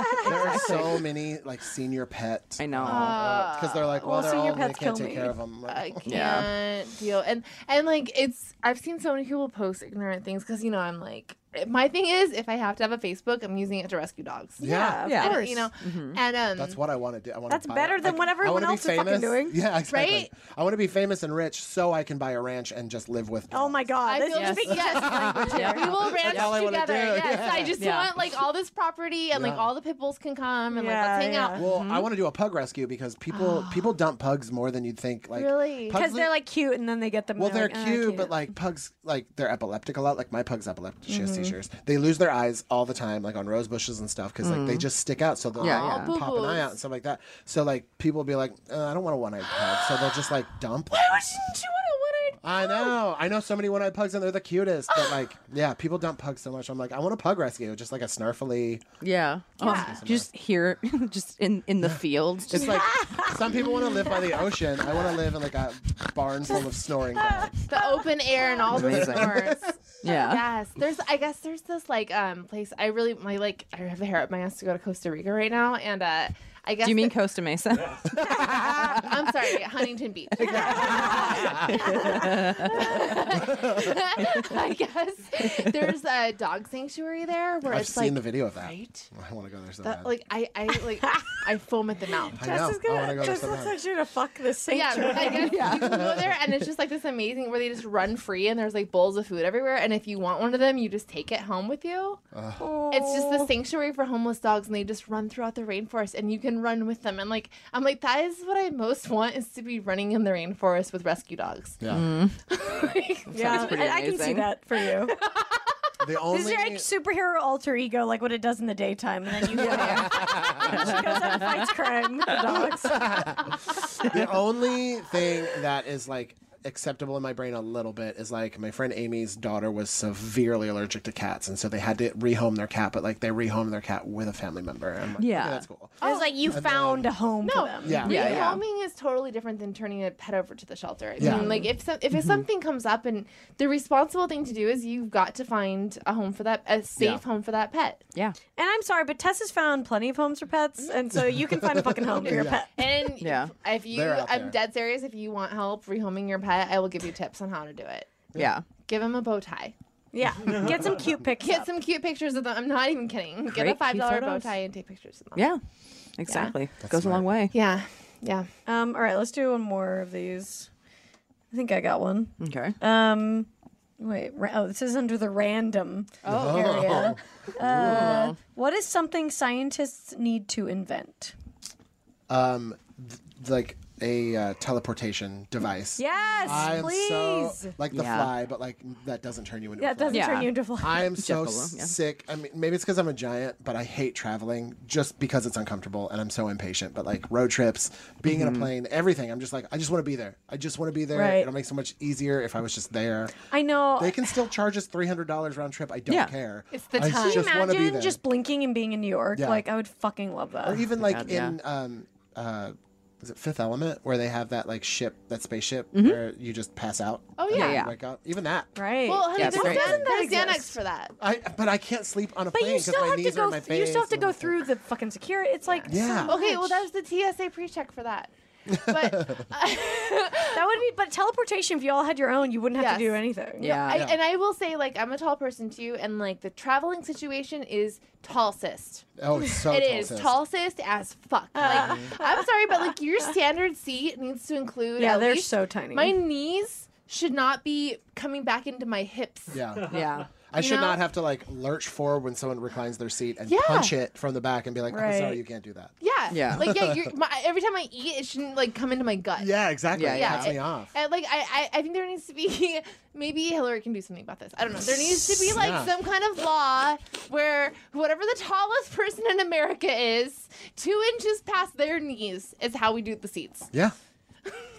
S7: There are so many like senior pets.
S4: I know.
S7: because they're like,
S3: Well,
S7: well, they're
S3: senior
S7: old and they
S3: pets
S7: can't
S3: kill me.
S7: take care of them.
S5: I can't
S4: Yeah.
S5: deal. And and like it's I've seen so many people post ignorant things because you know I'm like eh, my thing is if I have to have a Facebook, I'm using it to rescue dogs.
S7: yeah.
S3: Of
S4: Yeah.
S5: And,
S3: course. Mm-hmm.
S5: you know, and um,
S7: That's what I want to do. I want
S3: That's
S7: to buy
S3: better
S7: it.
S3: than what
S7: I
S3: everyone
S7: wanna be
S3: else is fucking
S7: famous.
S3: doing.
S7: Yeah, exactly.
S5: Right?
S7: I want to be famous and rich so I can buy a ranch and just live with.
S3: Oh my god!
S5: I
S3: This
S5: feel
S3: is
S5: yes, yes. we will ranch
S7: all I wanna
S5: together.
S7: do,
S5: Yes,
S7: yeah.
S5: I just
S4: Yeah.
S5: want like all this property and like
S7: Yeah.
S5: all the pit bulls can come and
S3: Yeah,
S5: like let's hang
S3: yeah.
S5: out.
S7: Well, I want to do a pug rescue because people people dump pugs more than you'd think. Like
S5: Really?
S7: pugs
S3: because
S7: li-
S3: they're like cute, and then they get them. and
S7: Well, they're
S3: like, "Ah,
S7: cute, but like pugs, like they're epileptic a lot. Like my pug's epileptic; she has seizures. They lose their eyes all the time, like on rose bushes and stuff, because like they just stick out. So they'll
S4: Yeah,
S7: like,
S5: yeah.
S7: pop an eye
S5: Boo-boos.
S7: out and stuff like that. So like people will be like, uh, I don't want a one-eyed pug, so they'll just like dump. Why would you want a one-eyed? I know, I know so many one-eyed pugs, and they're the cutest. But like, yeah, people dump pugs so much. I'm like, I want a pug rescue, just like a snarfily.
S4: Yeah. Oh, just here, just in in the fields. Just
S7: It's like some people want to live by the ocean. I want to live in like a barn full of snoring. Dogs.
S5: The open air and all the
S4: Amazing.
S5: snores.
S4: Yeah.
S5: Yes, there's. I guess there's this like um place. I really my like. I have the hair up my ass to go to Costa Rica right now, and uh, I guess.
S4: Do you mean
S5: that-
S4: Costa Mesa?
S5: I'm sorry, Huntington Beach. I guess there's a dog sanctuary there where
S7: I've
S5: it's
S7: seen
S5: like
S7: the video of that.
S5: Right?
S7: I want to go there so
S5: That,
S7: bad.
S5: like I, I like I foam at the mouth.
S7: I know. I want to go there so bad.
S8: actually gonna fuck this
S5: Yeah, I guess you can go there and it's just like this amazing where they just run free and there's like bowls of food everywhere and if you want one of them you just take it home with you. It's just the sanctuary for homeless dogs and they just run throughout the rainforest and you can run with them and like I'm like that is what I most want is to be running in the rainforest with rescue dogs.
S7: Yeah.
S3: "Hmm." Yeah,
S4: pretty
S3: I, I can see
S4: amazing.
S3: that for you.
S7: The
S3: This is
S7: only
S3: your like, superhero alter ego, like what it does in the daytime, and then you go there. And she goes out and fights crime with the dogs.
S7: the only thing that is like acceptable in my brain a little bit is like my friend Amy's daughter was severely allergic to cats, and so they had to rehome their cat, but like they rehomed their cat with a family member. And I'm like,
S4: Yeah.
S7: okay, that's cool.
S3: It's like you found a home for them.
S7: Yeah,
S4: Yeah,
S5: Rehoming
S4: yeah.
S5: Oh. is totally different than turning a pet over to the shelter. I
S7: Yeah.
S5: mean, like if some,
S4: Mm-hmm.
S5: if something comes up and the responsible thing to do is you've got to find a home for that a safe
S7: Yeah.
S5: home for that pet.
S4: yeah.
S3: And I'm sorry, but Tess has found plenty of homes for pets, and so you can find a fucking home for your pet.
S5: And
S4: Yeah.
S5: if you
S7: They're out
S5: I'm
S7: there.
S5: dead serious if you want help rehoming your pet, I will give you tips on how to do it.
S4: Yeah.
S5: Give them a bow tie.
S3: Yeah, get some cute pics.
S5: Get
S3: up.
S5: some cute pictures of them. I'm not even kidding. Get a
S4: Great,
S5: five
S4: cute
S5: dollar bow
S4: photos.
S5: tie and take pictures of them.
S4: Yeah. Exactly. Goes a long way.
S5: Yeah. Yeah.
S3: Um, all right, let's do one more of these. I think I got one.
S4: Okay.
S3: Um, wait. ra- Oh, this is under the random
S5: Oh.
S3: area. Uh, what is something scientists need to invent?
S7: Um, th- like a uh, teleportation device.
S3: Yes,
S7: I'm
S3: please.
S7: so like the
S4: Yeah.
S7: fly, but like that doesn't turn you into.
S3: that
S7: a fly.
S3: doesn't
S4: Yeah.
S3: turn you into a fly.
S7: I am so
S4: Jeff Goldblum, yeah.
S7: sick. I mean, maybe it's because I'm a giant, but I hate traveling just because it's uncomfortable and I'm so impatient. But like road trips, being in a plane, everything, I'm just like, I just want to be there. I just want to be there.
S3: Mm-hmm. Right.
S7: It'll make so much easier if I was just there.
S3: I know.
S7: They can still charge us $300 round trip. I don't
S4: Yeah.
S7: care.
S5: It's the
S7: I
S5: time.
S7: just want to be
S3: Imagine
S7: there.
S3: just Oh, blinking and being in New York.
S7: Yeah.
S3: Like I would fucking love that.
S7: or even like
S4: God, yeah.
S7: in, um, uh, is it Fifth Element where they have that like ship, that spaceship
S3: Mm-hmm.
S7: where you just pass out?
S5: Oh,
S7: and
S5: yeah.
S7: you
S4: Yeah.
S7: Wake up. Even that.
S3: right.
S5: Well, honey,
S4: Yeah, it's
S5: there's,
S4: great.
S5: Xan-
S3: Doesn't
S5: there's
S3: that
S5: Xanax
S3: exist?
S5: for that.
S7: I but I can't sleep on a
S3: but
S7: plane
S3: you
S7: because
S3: still
S7: my
S3: have to
S7: knees are in
S3: go.
S7: my
S3: th- you
S7: face.
S3: still have to
S7: and
S3: go
S7: I'm-
S3: through the fucking security. It's like
S7: Yeah.
S3: so
S5: Okay, well
S3: much.
S5: that was the TSA pre-check for that. But
S3: that would be. But teleportation, if you all had your own, you wouldn't have to
S5: Yes.
S3: do anything.
S4: Yeah.
S5: I, and I will say, like, I'm a tall person too, and like the traveling situation is tall cyst.
S7: Oh, it's so
S5: It
S7: tall,
S5: is
S7: sis.
S5: tall cyst as fuck.
S3: Ah.
S5: Like, I'm sorry, but like your standard seat needs to include.
S3: Yeah,
S5: at
S3: they're
S5: least-
S3: so tiny.
S5: My knees should not be coming back into my hips.
S7: Yeah.
S4: Yeah.
S7: I should
S5: know?
S7: not have to like lurch forward when someone reclines their seat and
S5: Yeah.
S7: punch it from the back and be like, "Oh,
S3: Right.
S7: sorry, you can't do that."
S5: Yeah.
S4: Yeah.
S5: Like yeah, you're, my, every time I eat, it shouldn't like come into my gut.
S7: Yeah, exactly.
S4: Yeah,
S7: it
S4: yeah.
S7: cuts me
S5: it-
S7: off.
S5: and, like I, I, I think there needs to be maybe Hillary can do something about this. I don't know. There needs to be like
S7: Yeah.
S5: some kind of law where whatever the tallest person in America is, two inches past their knees is how we do the seats.
S7: yeah.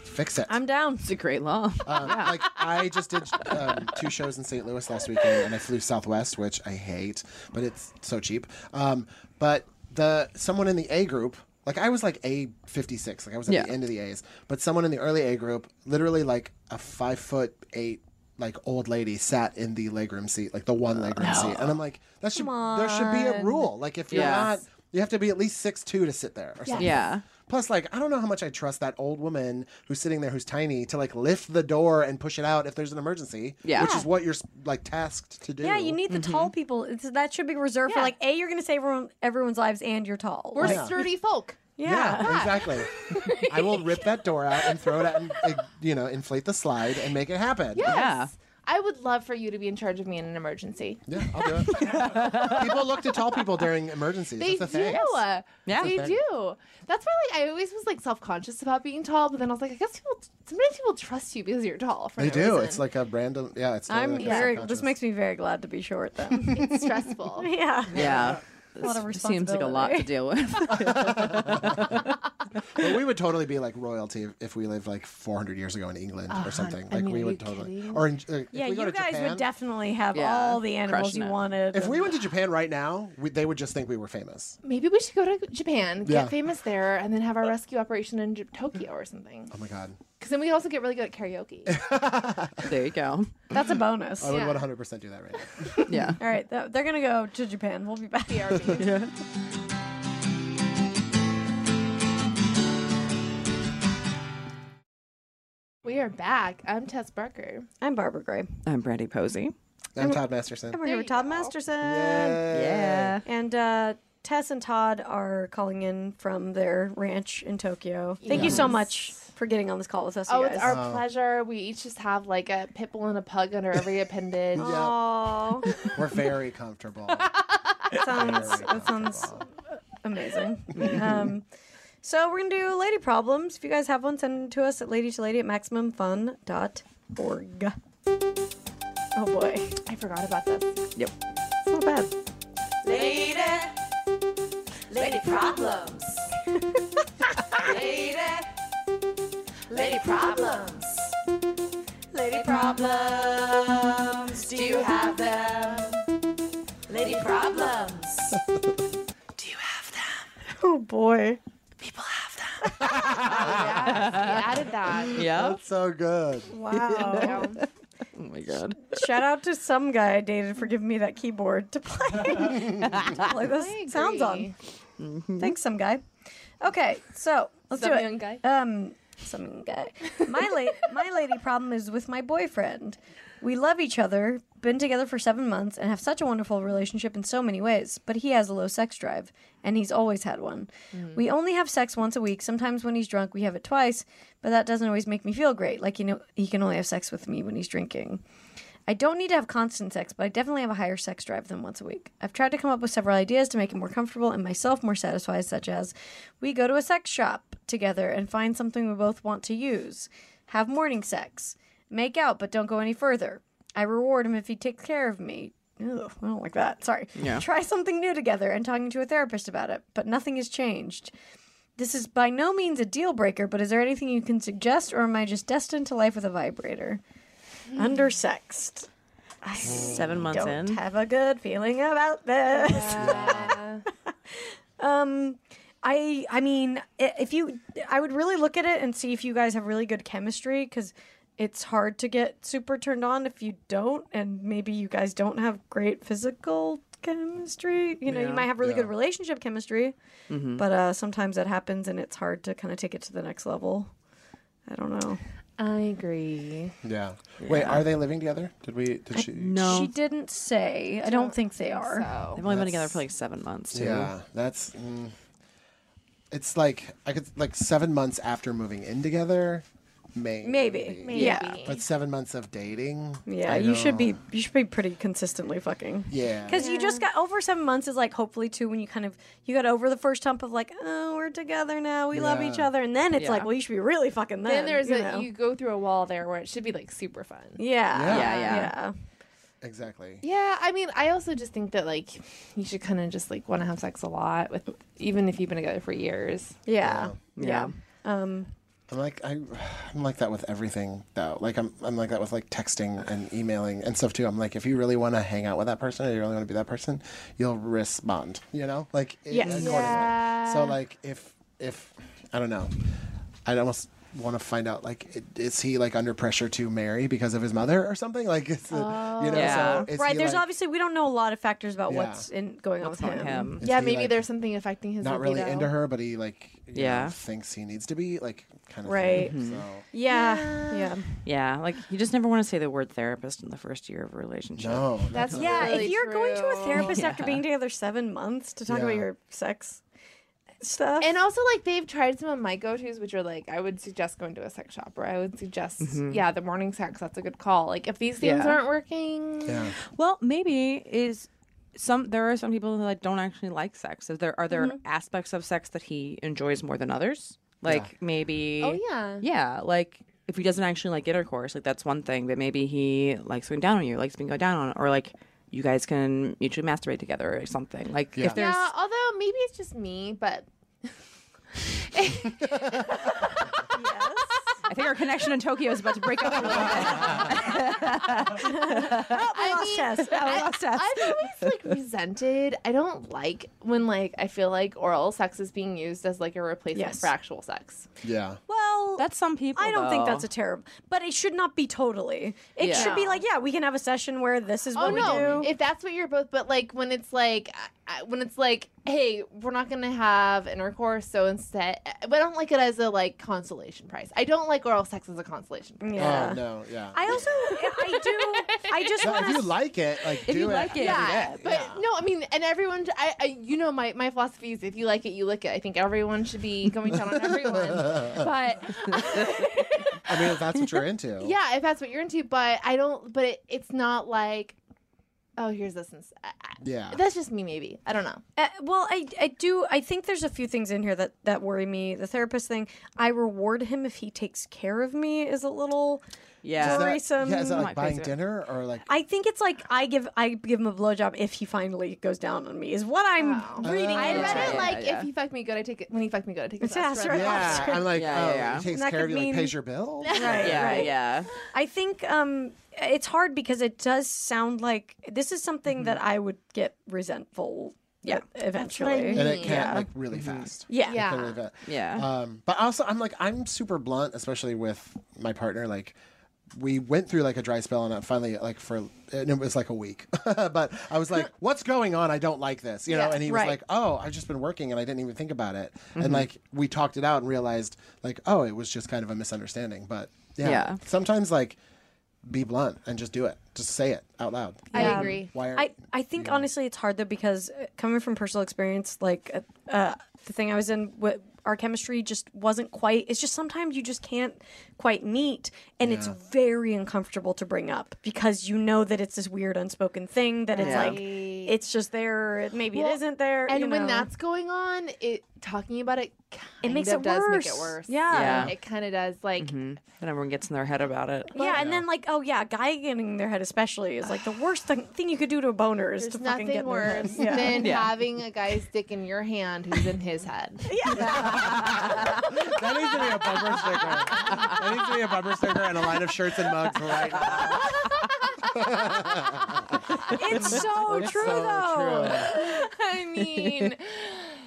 S7: Fix it.
S3: I'm down.
S4: It's a great law.
S7: um, Like I just did um, two shows in St. Louis last weekend, and I flew Southwest, which I hate, but it's so cheap. Um, but the someone in the A group, like I was like A fifty six, like I was at
S4: Yeah.
S7: the end of the A's, but someone in the early A group, literally like a five foot eight. Like old lady sat in the legroom seat, like the one legroom seat, and I'm like, that should there should be a rule. Like if you're
S4: Yes.
S7: not, you have to be at least six two to sit there or something.
S4: yeah.
S7: Plus, like, I don't know how much I trust that old woman who's sitting there who's tiny to like lift the door and push it out if there's an emergency.
S4: Yeah.
S7: Which is what you're like tasked to do.
S3: Yeah, you need the tall
S7: Mm-hmm.
S3: people. It's, that should be reserved for
S5: Yeah.
S3: like a. You're going to save everyone, everyone's lives, and you're tall.
S5: We're
S3: Like,
S7: Yeah.
S5: sturdy folk.
S3: yeah.
S7: Yeah, exactly. I will rip that door out and throw it out and, like, you know, inflate the slide and make it happen.
S5: Yes.
S4: Yeah.
S5: I would love for you to be in charge of me in an emergency.
S7: Yeah, I'll do it. people look to tall people during emergencies.
S5: They
S7: That's the
S5: do.
S7: thing.
S4: Yeah.
S5: They
S7: Thing.
S5: do. That's why like I always was like self conscious about being tall, but then I was like, I guess people sometimes people trust you because you're tall. For
S7: They
S5: no
S7: do.
S5: reason.
S7: It's like a random. Yeah, it's.
S3: I'm
S7: totally, like, a
S3: very. This
S7: subconscious.
S3: makes me very glad to be short then.
S5: it's stressful.
S3: yeah.
S4: Yeah. A
S3: lot of
S4: Seems like a lot to
S3: responsibility.
S4: deal with.
S7: But we would totally be like royalty if- if we lived like 400 years ago in England or something.
S5: I
S7: Like
S5: mean,
S7: we
S5: are
S7: would
S5: you
S7: totally.
S5: kidding?
S7: Or in, like,
S3: Yeah,
S7: if we go
S3: you
S7: to
S3: guys
S7: Japan,
S3: would definitely have
S4: Yeah,
S3: all the animals
S4: crushing
S3: you
S4: it.
S3: wanted.
S7: If we went to Japan right now, we, they would just think we were famous. Oh
S5: Maybe we should go to Japan, get
S7: Yeah.
S5: famous there, and then have our rescue operation in J- Tokyo or something.
S7: Oh my god.
S5: Because then we also get really good at karaoke.
S4: There you go.
S3: That's a bonus.
S7: I would
S5: Yeah.
S7: 100% do that right now.
S4: Yeah.
S3: All right, th- they're gonna go to Japan. We'll be back.
S5: we are back. I'm Tess Barker.
S3: I'm Barbara Gray.
S4: I'm Brandy Posey.
S7: I'm Todd Masterson.
S3: And we're here with Todd Masterson.
S7: Yeah.
S3: And uh, Tess and Todd are calling in from their ranch in Tokyo. Thank you so much for getting on this call with us,
S5: Oh,
S3: you
S5: it's
S3: guys.
S5: our pleasure. We each just have like a pit bull and a pug under every appendage.
S3: Aw,
S7: We're very comfortable.
S3: that sounds that sounds amazing. Um, so we're gonna do lady problems. If you guys have one, send them to us at lady to lady at maximumfun.org. Oh boy, it's
S5: I forgot about this.
S3: not bad. Oh boy.
S5: Yeah, we added that.
S4: Yeah.
S7: That's so good.
S3: Wow.
S4: Oh my god.
S3: Shout out to some guy I dated for giving me that keyboard to play. to play those sounds on. Thanks, some guy. Okay, so let's
S5: Some
S3: do it.
S5: young guy.
S3: Um, some guy. My la- my lady problem is with my boyfriend. We love each other, been together for seven months, and have such a wonderful relationship in so many ways. But he has a low sex drive, and he's always had one.
S5: Mm-hmm.
S3: We only have sex once a week. Sometimes when he's drunk, we have it twice, but that doesn't always make me feel great. Like you know, he can only have sex with me when he's drinking. I don't need to have constant sex, but I definitely have a higher sex drive than once a week. I've tried to come up with several ideas to make it more comfortable and myself more satisfied, such as we go to a sex shop together and find something we both want to use, have morning sex, make out but don't go any further. I reward him if he takes care of me. Ugh, I don't like that. Sorry.
S4: Yeah.
S3: Try something new together and talking to a therapist about it, but nothing has changed. This is by no means a deal breaker, but is there anything you can suggest, or am I just destined to life with a vibrator? Undersexed. I
S4: Seven months
S3: don't
S4: in.
S3: have a good feeling about this. um, I I mean, i- if you, I would really look at it and see if you guys have really good chemistry because it's hard to get super turned on if you don't, and maybe you guys don't have great physical chemistry. You know, you might have really good relationship chemistry,
S4: Mm-hmm.
S3: but uh, sometimes that happens and it's hard to kind of take it to the next level. I don't know.
S5: I agree.
S7: Yeah. Wait, are they living together? Did we? Did she?
S4: No.
S3: She didn't say. I don't think they are.
S5: So
S4: They've only been together for like seven months. Too.
S7: Yeah, that's. Mm, it's like I could like seven months after moving in together, maybe.
S3: Maybe. Yeah.
S7: But seven months of dating.
S3: Yeah,
S7: I
S3: you should
S7: know.
S3: be you should be pretty consistently fucking.
S7: Yeah.
S3: Because you just got over seven months is like hopefully too when you kind of you got over the first hump of like oh we're together now we love each
S7: Yeah.
S3: other and then it's like well you should be really fucking then
S5: then there's
S3: you
S5: a
S3: know?
S5: you go through a wall there where it should be like super fun.
S3: yeah
S7: Yeah.
S4: Yeah, yeah.
S7: exactly.
S5: Yeah, I mean, I also just think that like you should kind of just like want to have sex a lot with even if you've been together for years.
S3: yeah yeah
S4: Yeah.
S3: yeah um
S7: I'm like I, I'm like that with everything though. Like I'm I'm like that with like texting and emailing and stuff too. I'm like if you really want to hang out with that person or you really want to be that person, you'll respond. You know, like it-
S3: Yes.
S7: accordingly. So like if if I don't know, I'd almost want to find out like i- is he like under pressure to marry because of his mother or something? Like it's uh, you know
S4: Yeah.
S7: so is
S3: right
S7: he,
S3: there's
S7: like,
S3: obviously we don't know a lot of factors about
S7: Yeah.
S3: what's in going on with
S4: Fuck
S3: him.
S4: him.
S7: is
S5: yeah,
S7: he,
S5: maybe
S7: like,
S5: there's something affecting his
S7: not really
S5: libido.
S7: into her, but he like you know,
S4: Yeah.
S7: thinks he needs to be like kind of
S3: Right.
S7: So.
S3: yeah yeah
S4: Yeah. Like you just never want to say the word therapist in the first year of a relationship.
S7: No,
S5: That's
S3: Yeah,
S5: really
S3: if you're going to a
S5: true.
S3: therapist after being together seven months to talk about
S7: Yeah.
S3: your sex stuff,
S5: And also, like they've tried some of my go-tos, which are like I would suggest going to a sex shop, or I would suggest, yeah, the morning sex. That's a good call. Like if these things
S4: Yeah.
S5: aren't working,
S7: yeah.
S4: Well, maybe is some there are some people that don't actually like sex. Is there are there aspects of sex that he enjoys more than others? Like maybe
S5: Oh, yeah.
S4: Yeah, like if he doesn't actually like intercourse, like that's one thing, but maybe he likes going down on you, likes being go down on or like you guys can mutually masturbate together or something. Like
S7: Yeah.
S4: if there's
S5: yeah. Although maybe it's just me, but
S4: I think our connection in Tokyo is about to break up a little bit.
S3: I lost Tess. I lost Tess.
S5: I've always like resented. I don't like when like I feel like oral sex is being used as like a replacement
S3: Yes.
S5: for actual sex.
S7: Yeah.
S3: Well, Well,
S4: That's some people.
S3: I don't think that's
S4: though.
S3: a terrible, but it should not be totally. It
S4: Yeah.
S3: should be like, yeah, we can have a session where this is
S5: Oh
S3: what we
S5: no!
S3: do.
S5: If that's what you're both, but like when it's like I- I- when it's like, hey, we're not gonna have intercourse, so instead, but I don't like it as a like consolation prize. I don't like oral sex as a consolation prize.
S3: yeah.
S7: Oh no, yeah.
S3: I also, I do, I just
S7: No, if
S3: want
S7: you
S3: to.
S7: like it, like do
S4: you
S7: it.
S4: like it.
S7: every
S5: Yeah,
S7: day.
S5: but no, I mean, and everyone, I, I, you know, my, my philosophy is if you like it, you lick it. I think everyone should be going down on everyone. But
S7: I mean, if that's what you're into.
S5: yeah, if that's what you're into, but I don't, but it, it's not like, oh, here's this. Ins- I- I-
S7: Yeah.
S5: That's just me, maybe. I don't know.
S3: Uh, well, I, I do. I think there's a few things in here that that worry me. The therapist thing. I reward him if he takes care of me is a little.
S4: Yeah.
S7: Is that-
S3: worrisome.
S7: Yeah, is that
S4: I'm
S7: like
S4: not crazy
S7: buying
S4: about-
S7: dinner or like?
S3: I think it's like I give I give him a blowjob if he finally goes down on me is what I'm reading.
S7: Oh.
S5: I
S7: Yeah,
S5: read it
S4: yeah,
S5: like
S4: yeah.
S5: if he fucked me good, I take it. When he fucked me good, I take it.
S3: It's ass right
S7: yeah, I'm like,
S4: Yeah,
S7: oh,
S4: yeah, yeah.
S7: he takes
S3: That
S7: care
S3: could
S7: of you,
S3: mean-
S7: like pays your bill.
S3: Right,
S4: Yeah,
S3: right.
S4: yeah.
S3: I think um, it's hard because it does sound like this is something that I would get resentful. Yeah, eventually.
S7: And it can
S3: Yeah.
S7: like really fast.
S3: Mm-hmm. yeah.
S7: It can really fast.
S4: Yeah.
S7: Um, but also, I'm like, I'm super blunt, especially with my partner. Like, we went through like a dry spell, and I finally, like, for and it was like a week. but I was like, "What's going on? I don't like this," you know. and he was
S3: right.
S7: like, "Oh, I've just been working, and I didn't even think about it." And
S4: Mm-hmm.
S7: like, we talked it out and realized, like, oh, it was just kind of a misunderstanding. But yeah,
S4: Yeah.
S7: sometimes like, be blunt and just do it. Just say it out loud.
S5: I agree.
S7: Why are
S3: I, I think honestly it's hard though because uh, coming from personal experience, like uh, uh, the thing I was in, wh- our chemistry just wasn't quite. It's just sometimes you just can't quite meet, and it's very uncomfortable to bring up because you know that it's this weird unspoken thing that it's like it's just there. It, maybe
S5: Well,
S3: it isn't there.
S5: And
S3: you
S5: when
S3: know.
S5: that's going on, it talking about it kind
S3: makes
S5: of
S3: it
S5: does make
S3: worse.
S5: it worse.
S3: Yeah.
S4: Yeah.
S5: It kind of does. Like,
S4: And everyone gets in their head about it.
S3: yeah, and then like oh yeah, a guy getting in their head especially is like the worst thing, thing you could do to a boner is
S5: there's
S3: to fucking get in
S5: nothing
S3: their head.
S5: worse
S3: Yeah.
S5: than having a guy's dick in your hand who's in his head.
S7: That needs to be a bumper sticker. That needs to be a bumper sticker and a line of shirts and mugs right now.
S3: it's so true
S7: so
S3: though.
S7: true.
S5: I mean,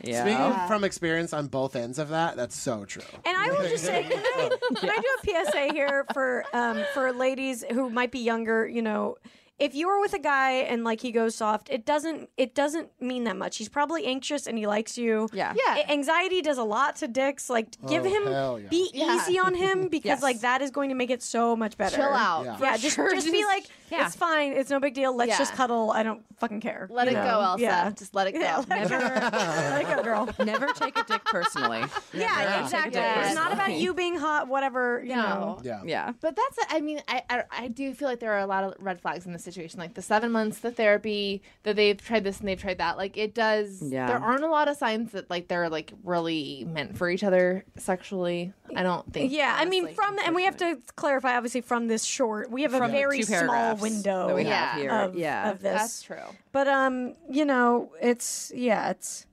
S4: Yeah.
S7: Speaking from experience on both ends of that, that's so true.
S3: And I will just say, can I, can I do a PSA here for um, for ladies who might be younger? You know, if you are with a guy and like he goes soft, it doesn't it doesn't mean that much. He's probably anxious and he likes you.
S4: Yeah.
S5: Yeah.
S3: A- anxiety does a lot to dicks. Like, give
S7: Oh,
S3: him
S7: hell yeah.
S3: be
S5: Yeah.
S3: easy on him because
S4: Yes.
S3: like that is going to make it so much better.
S5: chill out.
S7: Yeah.
S3: Yeah, just,
S5: sure.
S3: just be
S5: Just-
S3: like,
S2: yeah.
S3: it's fine, it's no big deal. Let's
S5: Yeah.
S3: just cuddle. I don't fucking care.
S5: Let
S3: you
S5: it
S3: know?
S5: go, Elsa.
S3: Yeah,
S5: Just let it go.
S3: yeah, let it go. let it go, girl.
S4: Never take a dick personally.
S3: Yeah, exactly.
S4: Yeah.
S3: It's not about you being hot, whatever. You know.
S5: No.
S7: Yeah.
S4: Yeah.
S5: But that's, I mean, I, I, I do feel like there are a lot of red flags in this situation. Like the seven months, the therapy, that they've tried this and they've tried that. Like it does,
S4: Yeah.
S5: there aren't a lot of signs that like they're like really meant for each other sexually. I don't think.
S3: Yeah, I mean,
S5: honestly,
S3: from and we have to clarify, obviously, from this short, we have a very
S4: two
S3: small
S4: paragraphs
S3: window
S4: that we
S5: Yeah.
S4: have here.
S3: of,
S4: yeah.
S3: of this.
S5: That's true.
S3: But um, you know, it's yeah, it's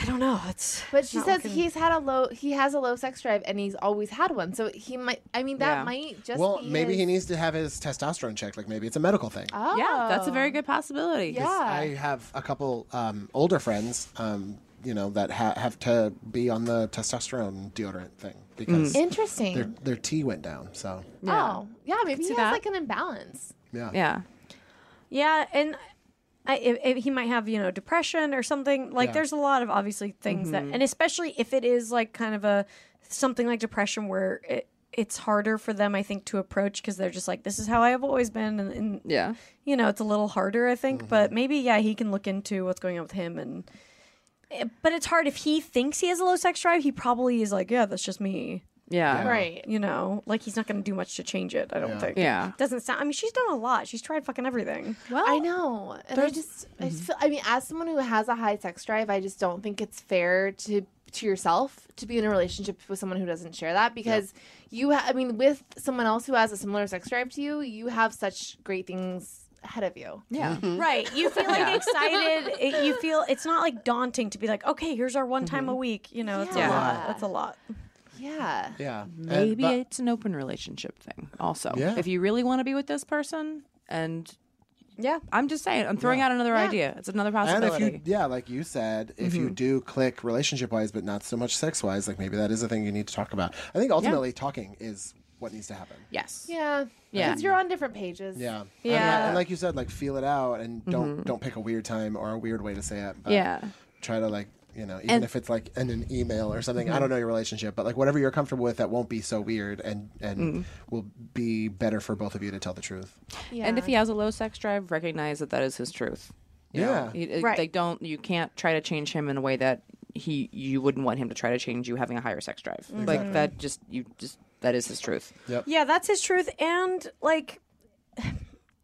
S3: I don't know, it's
S5: But she
S3: not
S5: says
S3: looking-
S5: he's had a low, he has a low sex drive and he's always had one. So he might, I mean, that
S4: Yeah.
S5: might just
S7: Well,
S5: be
S7: maybe he
S5: his-
S7: needs to have his testosterone checked. Like maybe it's a medical thing.
S5: Oh.
S4: Yeah, that's a very good possibility.
S5: Yeah.
S7: I have a couple um, older friends, um, you know, that ha- have to be on the testosterone deodorant thing
S4: Mm.
S7: because
S5: Interesting.
S7: their their T went down. So
S5: Oh, yeah. Maybe he has
S4: that.
S5: like an imbalance.
S7: yeah,
S4: Yeah.
S3: yeah, and I, if, if he might have you know depression or something. Like, there's a lot of obviously things
S4: Mm-hmm.
S3: that, and especially if it is like kind of a something like depression where it, it's harder for them, I think, to approach because they're just like, this is how I have always been, and, and
S4: Yeah.
S3: you know, it's a little harder, I think. But maybe, yeah, he can look into what's going on with him. And eh, but it's hard if he thinks he has a low sex drive. He probably is like, yeah, that's just me.
S4: Yeah.
S5: Right.
S3: You know, like he's not going to do much to change it. I don't think.
S4: Yeah.
S3: It doesn't sound. I mean, she's done a lot. She's tried fucking everything.
S5: Well, I know, and I just, I
S4: mm-hmm.
S5: just feel. I mean, as someone who has a high sex drive, I just don't think it's fair to to yourself to be in a relationship with someone who doesn't share that because you. Ha- I mean, with someone else who has a similar sex drive to you, you have such great things ahead of you.
S4: Yeah.
S3: Right. You feel like excited. It, you feel it's not like daunting to be like, okay, here's our one time a week. You know, it's a
S5: Yeah.
S3: lot. That's a lot.
S5: Yeah.
S7: yeah. And-
S4: Maybe
S7: but-
S4: it's an open relationship thing also.
S7: Yeah.
S4: If you really want to be with this person and
S3: Yeah.
S4: I'm just saying. I'm throwing out another idea. It's another
S7: And if
S4: possibility. Mm-hmm.
S7: you, yeah, like you said, if you do click relationship wise, but not so much sex wise, like maybe that is a thing you need to talk about. I think ultimately talking is what needs to happen.
S4: yes.
S5: Yeah.
S4: Yeah.
S5: Because you're on different pages.
S7: Yeah. And,
S3: Yeah.
S7: like, and like you said, like feel it out and don't don't pick a weird time or a weird way to say it. But
S4: Yeah.
S7: Try to like you know even if it's like in an email or something. I don't know your relationship, but like whatever you're comfortable with that won't be so weird and and will be better for both of you to tell the truth.
S4: And if he has a low sex drive, recognize that that is his truth. You know,
S7: Yeah.
S4: he- it-
S3: Right.
S4: They don't. You can't try to change him in a way that he you wouldn't want him to try to change you having a higher sex drive.
S3: Mm-hmm.
S4: Like that. Just you just that is his truth.
S3: Yeah, that's his truth. And like,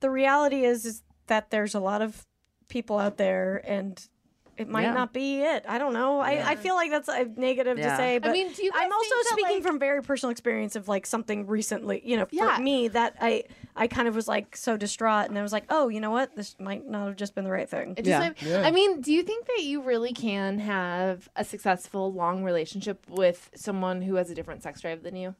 S3: the reality is, is that there's a lot of people out there, and it might
S4: Yeah.
S3: not be it. I don't know. I, I feel like that's a negative to
S4: Yeah.
S3: say, but I
S5: mean, do you guys
S3: am also
S5: think that,
S3: speaking
S5: like-
S3: from very personal experience of like something recently. You know, for
S5: Yeah.
S3: me that I I kind of was like so distraught, and I was like, oh, you know what, this might not have just been the right thing.
S5: It
S4: Yeah.
S5: just, yeah. I mean, do you think that you really can have a successful long relationship with someone who has a different sex drive than you?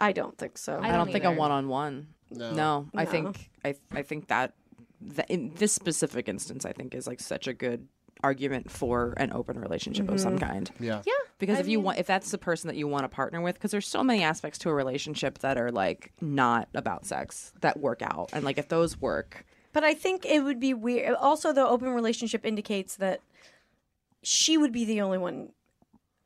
S3: I don't think so.
S4: I don't, think a
S5: either.
S4: one on one. No. I think I I think that, that in this specific instance, I think is like such a good argument for an open relationship of some kind.
S7: Yeah.
S5: Yeah.
S4: Because if you want, if that's the person that you want to partner with, because there's so many aspects to a relationship that are like not about sex that work out, and like if those work,
S3: But I think it would be weird. Also, the open relationship indicates that she would be the only one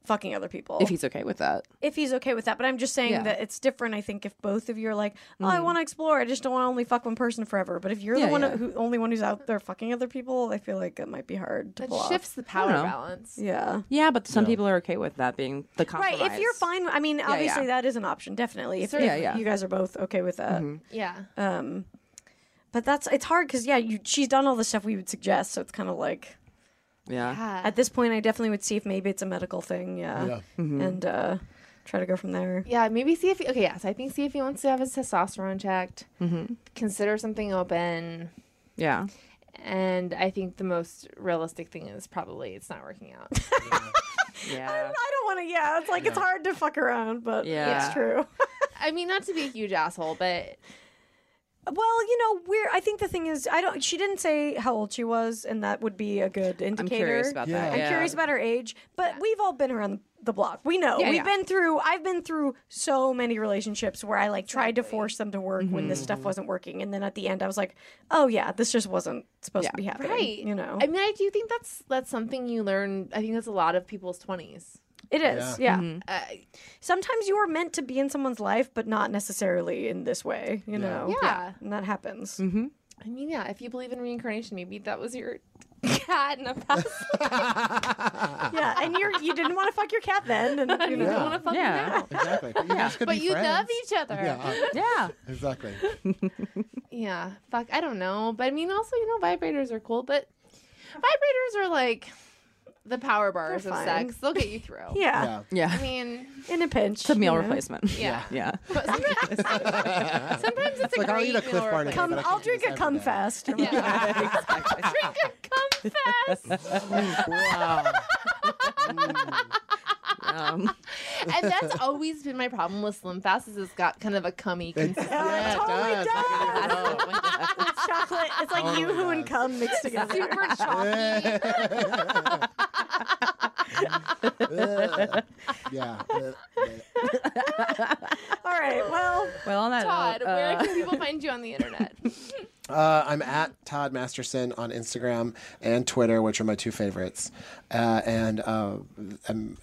S3: fucking other people
S4: if he's okay with that,
S3: if he's okay with that. But I'm just saying
S4: Yeah. Mm.
S3: that it's different. I think if both of you are like, oh, I want to explore. I just don't want to only fuck one person forever. But if you're
S4: Yeah,
S3: the one
S4: yeah.
S3: who only one who's out there fucking other people, I feel like it might be hard to
S5: That
S3: pull
S5: shifts the power
S4: know.
S5: balance.
S3: off. Yeah.
S4: yeah. But some people are okay with that being the compromise.
S3: Right. If you're fine, I mean, obviously that is an option, definitely. If,
S4: Yeah,
S3: if
S4: yeah. Mm-hmm.
S3: you guys are both okay with that.
S5: Yeah.
S3: Um, but that's it's hard because yeah, you she's done all the stuff we would suggest, so it's kind of like.
S4: yeah,
S5: Yeah.
S3: at this point i definitely would see if maybe it's a medical thing yeah,
S4: Mm-hmm.
S3: and uh try to go from there
S5: Yeah, maybe see if he, okay. Yeah, so I think see if he wants to have his testosterone checked. Consider something open,
S4: yeah,
S5: and I think the most realistic thing is probably it's not working out.
S4: yeah.
S3: i don't want to yeah it's like it's hard to fuck around but yeah.
S4: Yeah.
S3: it's true
S5: I mean, not to be a huge asshole, but
S3: well you know we're i think the thing is i don't she didn't say how old she was and that would be a good
S4: I'm
S3: indicator
S4: curious about
S7: Yeah.
S4: that.
S3: I'm
S4: yeah.
S3: curious about her age, but we've all been around the block. We know. We've
S4: yeah.
S3: been through I've been through so many relationships where I like tried to force them to work when this stuff wasn't working and then at the end I was like, "Oh yeah, this just wasn't supposed to be happening."
S5: right,
S3: You know.
S5: I mean, I do think that's that's something you learn. I think that's a lot of people's twenties.
S3: It is, yeah.
S4: Mm-hmm.
S5: Uh,
S3: Sometimes you are meant to be in someone's life, but not necessarily in this way, you know?
S5: Yeah.
S3: And that happens.
S7: Mm-hmm.
S5: I mean, yeah, if you believe in reincarnation, maybe that was your cat in the past.
S3: Yeah. And you're, you didn't want to fuck your cat then. And, you know,
S7: Yeah.
S5: Wanna fuck me
S4: Yeah.
S5: now.
S7: Exactly. But you guys could
S5: But
S7: be
S5: you
S7: friends.
S5: love each other.
S7: Yeah.
S4: Yeah,
S7: Exactly.
S5: Yeah, fuck, I don't know. But I mean, also, you know, vibrators are cool, but vibrators are like the power bars of
S3: fine.
S5: sex. They'll get you through.
S3: yeah,
S7: Yeah.
S4: yeah.
S5: I mean,
S3: In a pinch.
S4: It's a meal
S3: you know?
S4: replacement.
S5: yeah.
S4: yeah.
S5: But sometimes, sometimes it's a
S7: Like, I'll
S5: great
S7: eat a Clif
S5: meal
S7: Bar in a
S3: Come,
S5: replacement.
S7: But I
S3: I'll
S7: can't
S3: drink
S7: do
S3: a
S7: this
S3: cum
S7: every day.
S3: fest.
S5: Yeah. Drink a cum fest.
S7: wow.
S4: Um,
S5: And that's always been my problem with Slim Fast is it's got kind of a cummy consistency.
S7: yeah, it
S3: totally
S7: does. Look at it.
S3: It's chocolate. It's like you
S7: Oh,
S3: who and cum mixed together.
S5: Super chalky.
S7: Ugh. yeah. Ugh.
S3: All right. Well,
S4: well, on that
S5: Todd,
S4: note,
S5: where
S4: uh,
S5: can people find you on the internet?
S7: Uh, I'm at Todd Masterson on Instagram and Twitter, which are my two favorites, uh, and uh, I'm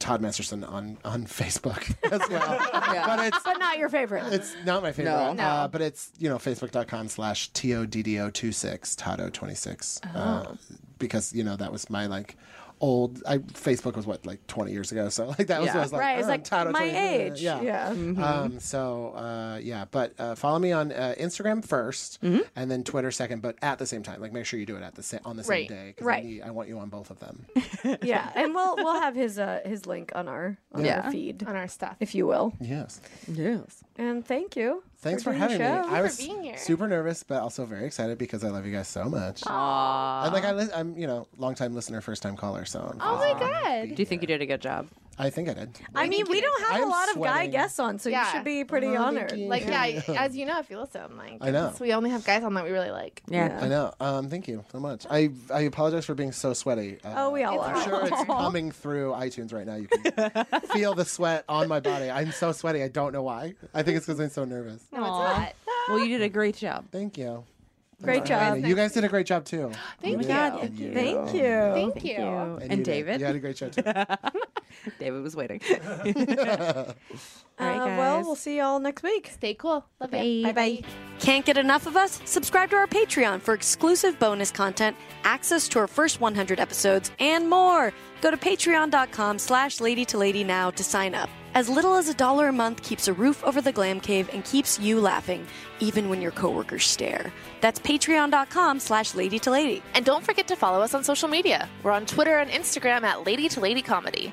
S7: Todd Masterson on on Facebook as well. But it's
S3: but not your favorite.
S7: it's not my favorite.
S4: No.
S7: Uh, but it's you know facebook.com slash toddo26 toddo26
S3: Oh.
S7: uh, because you know that was my like old I Facebook was what like 20 years ago, so like that was
S4: Yeah.
S7: what I was like
S3: right. It's
S7: oh,
S3: like
S7: Toddo
S3: my
S7: 20
S3: age. Yeah. Mm-hmm.
S7: um, so uh, yeah, but uh, follow me on uh, Instagram 1st
S3: Mm-hmm.
S7: and then Twitter second, but at the same time. Like make sure you do it at the sa- on the same
S5: Right.
S7: day. 'cause
S3: Right.
S7: I, need- I want you on both of them.
S3: Yeah. And we'll, we'll have his, uh, his link on our, on
S4: Yeah.
S3: our feed,
S5: on our stuff.
S3: if you will.
S7: yes.
S4: yes.
S3: And thank you.
S7: Thanks for,
S3: doing the
S7: having me.
S3: show.
S7: I was
S5: being here.
S7: super nervous, but also very excited because I love you guys so much. And, like I, li- I'm you know long time listener, first time caller. So I'm
S5: Oh my god.
S4: Do you think you did a good job?
S7: I think I did.
S3: I mean, we don't
S7: I
S3: have
S7: am
S3: a lot of guy
S7: sweating.
S3: guests on, so you
S10: Yeah.
S3: should be pretty
S7: Oh,
S3: honored.
S7: thank you.
S10: Like yeah, as you know, if you listen, I'm like
S7: I know.
S10: it's- we only have guys on that we really like.
S11: Yeah.
S7: I know. Um, thank you so much. I I apologize for being so sweaty. Uh,
S3: Oh, we all
S7: I'm
S3: are.
S7: sure it's coming through iTunes right now. You can feel the sweat on my body. I'm so sweaty. I don't know why. I think it's because I'm so nervous.
S10: No, it's not.
S11: Well, you did a great job.
S7: Thank you.
S3: Great job.
S7: you guys did a great job too.
S10: Thank
S7: did.
S10: you.
S7: And you.
S3: Thank you.
S10: Thank, you.
S7: And,
S11: And
S7: you did.
S11: David?
S7: You had a great show too.
S11: David was waiting.
S3: Uh, well, we'll see y'all next week.
S10: Stay cool. Love you.
S3: Bye bye. Can't get enough of us? Subscribe to our Patreon for exclusive bonus content, access to our first 100 episodes, and more. Go to patreon.com slash lady to lady now to sign up. As little as a dollar a month keeps a roof over the glam cave and keeps you laughing, even when your coworkers stare. That's patreon.com slash lady to lady.
S5: And don't forget to follow us on social media. We're on Twitter and Instagram at Lady to Lady Comedy.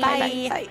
S5: Bye.
S4: Bye.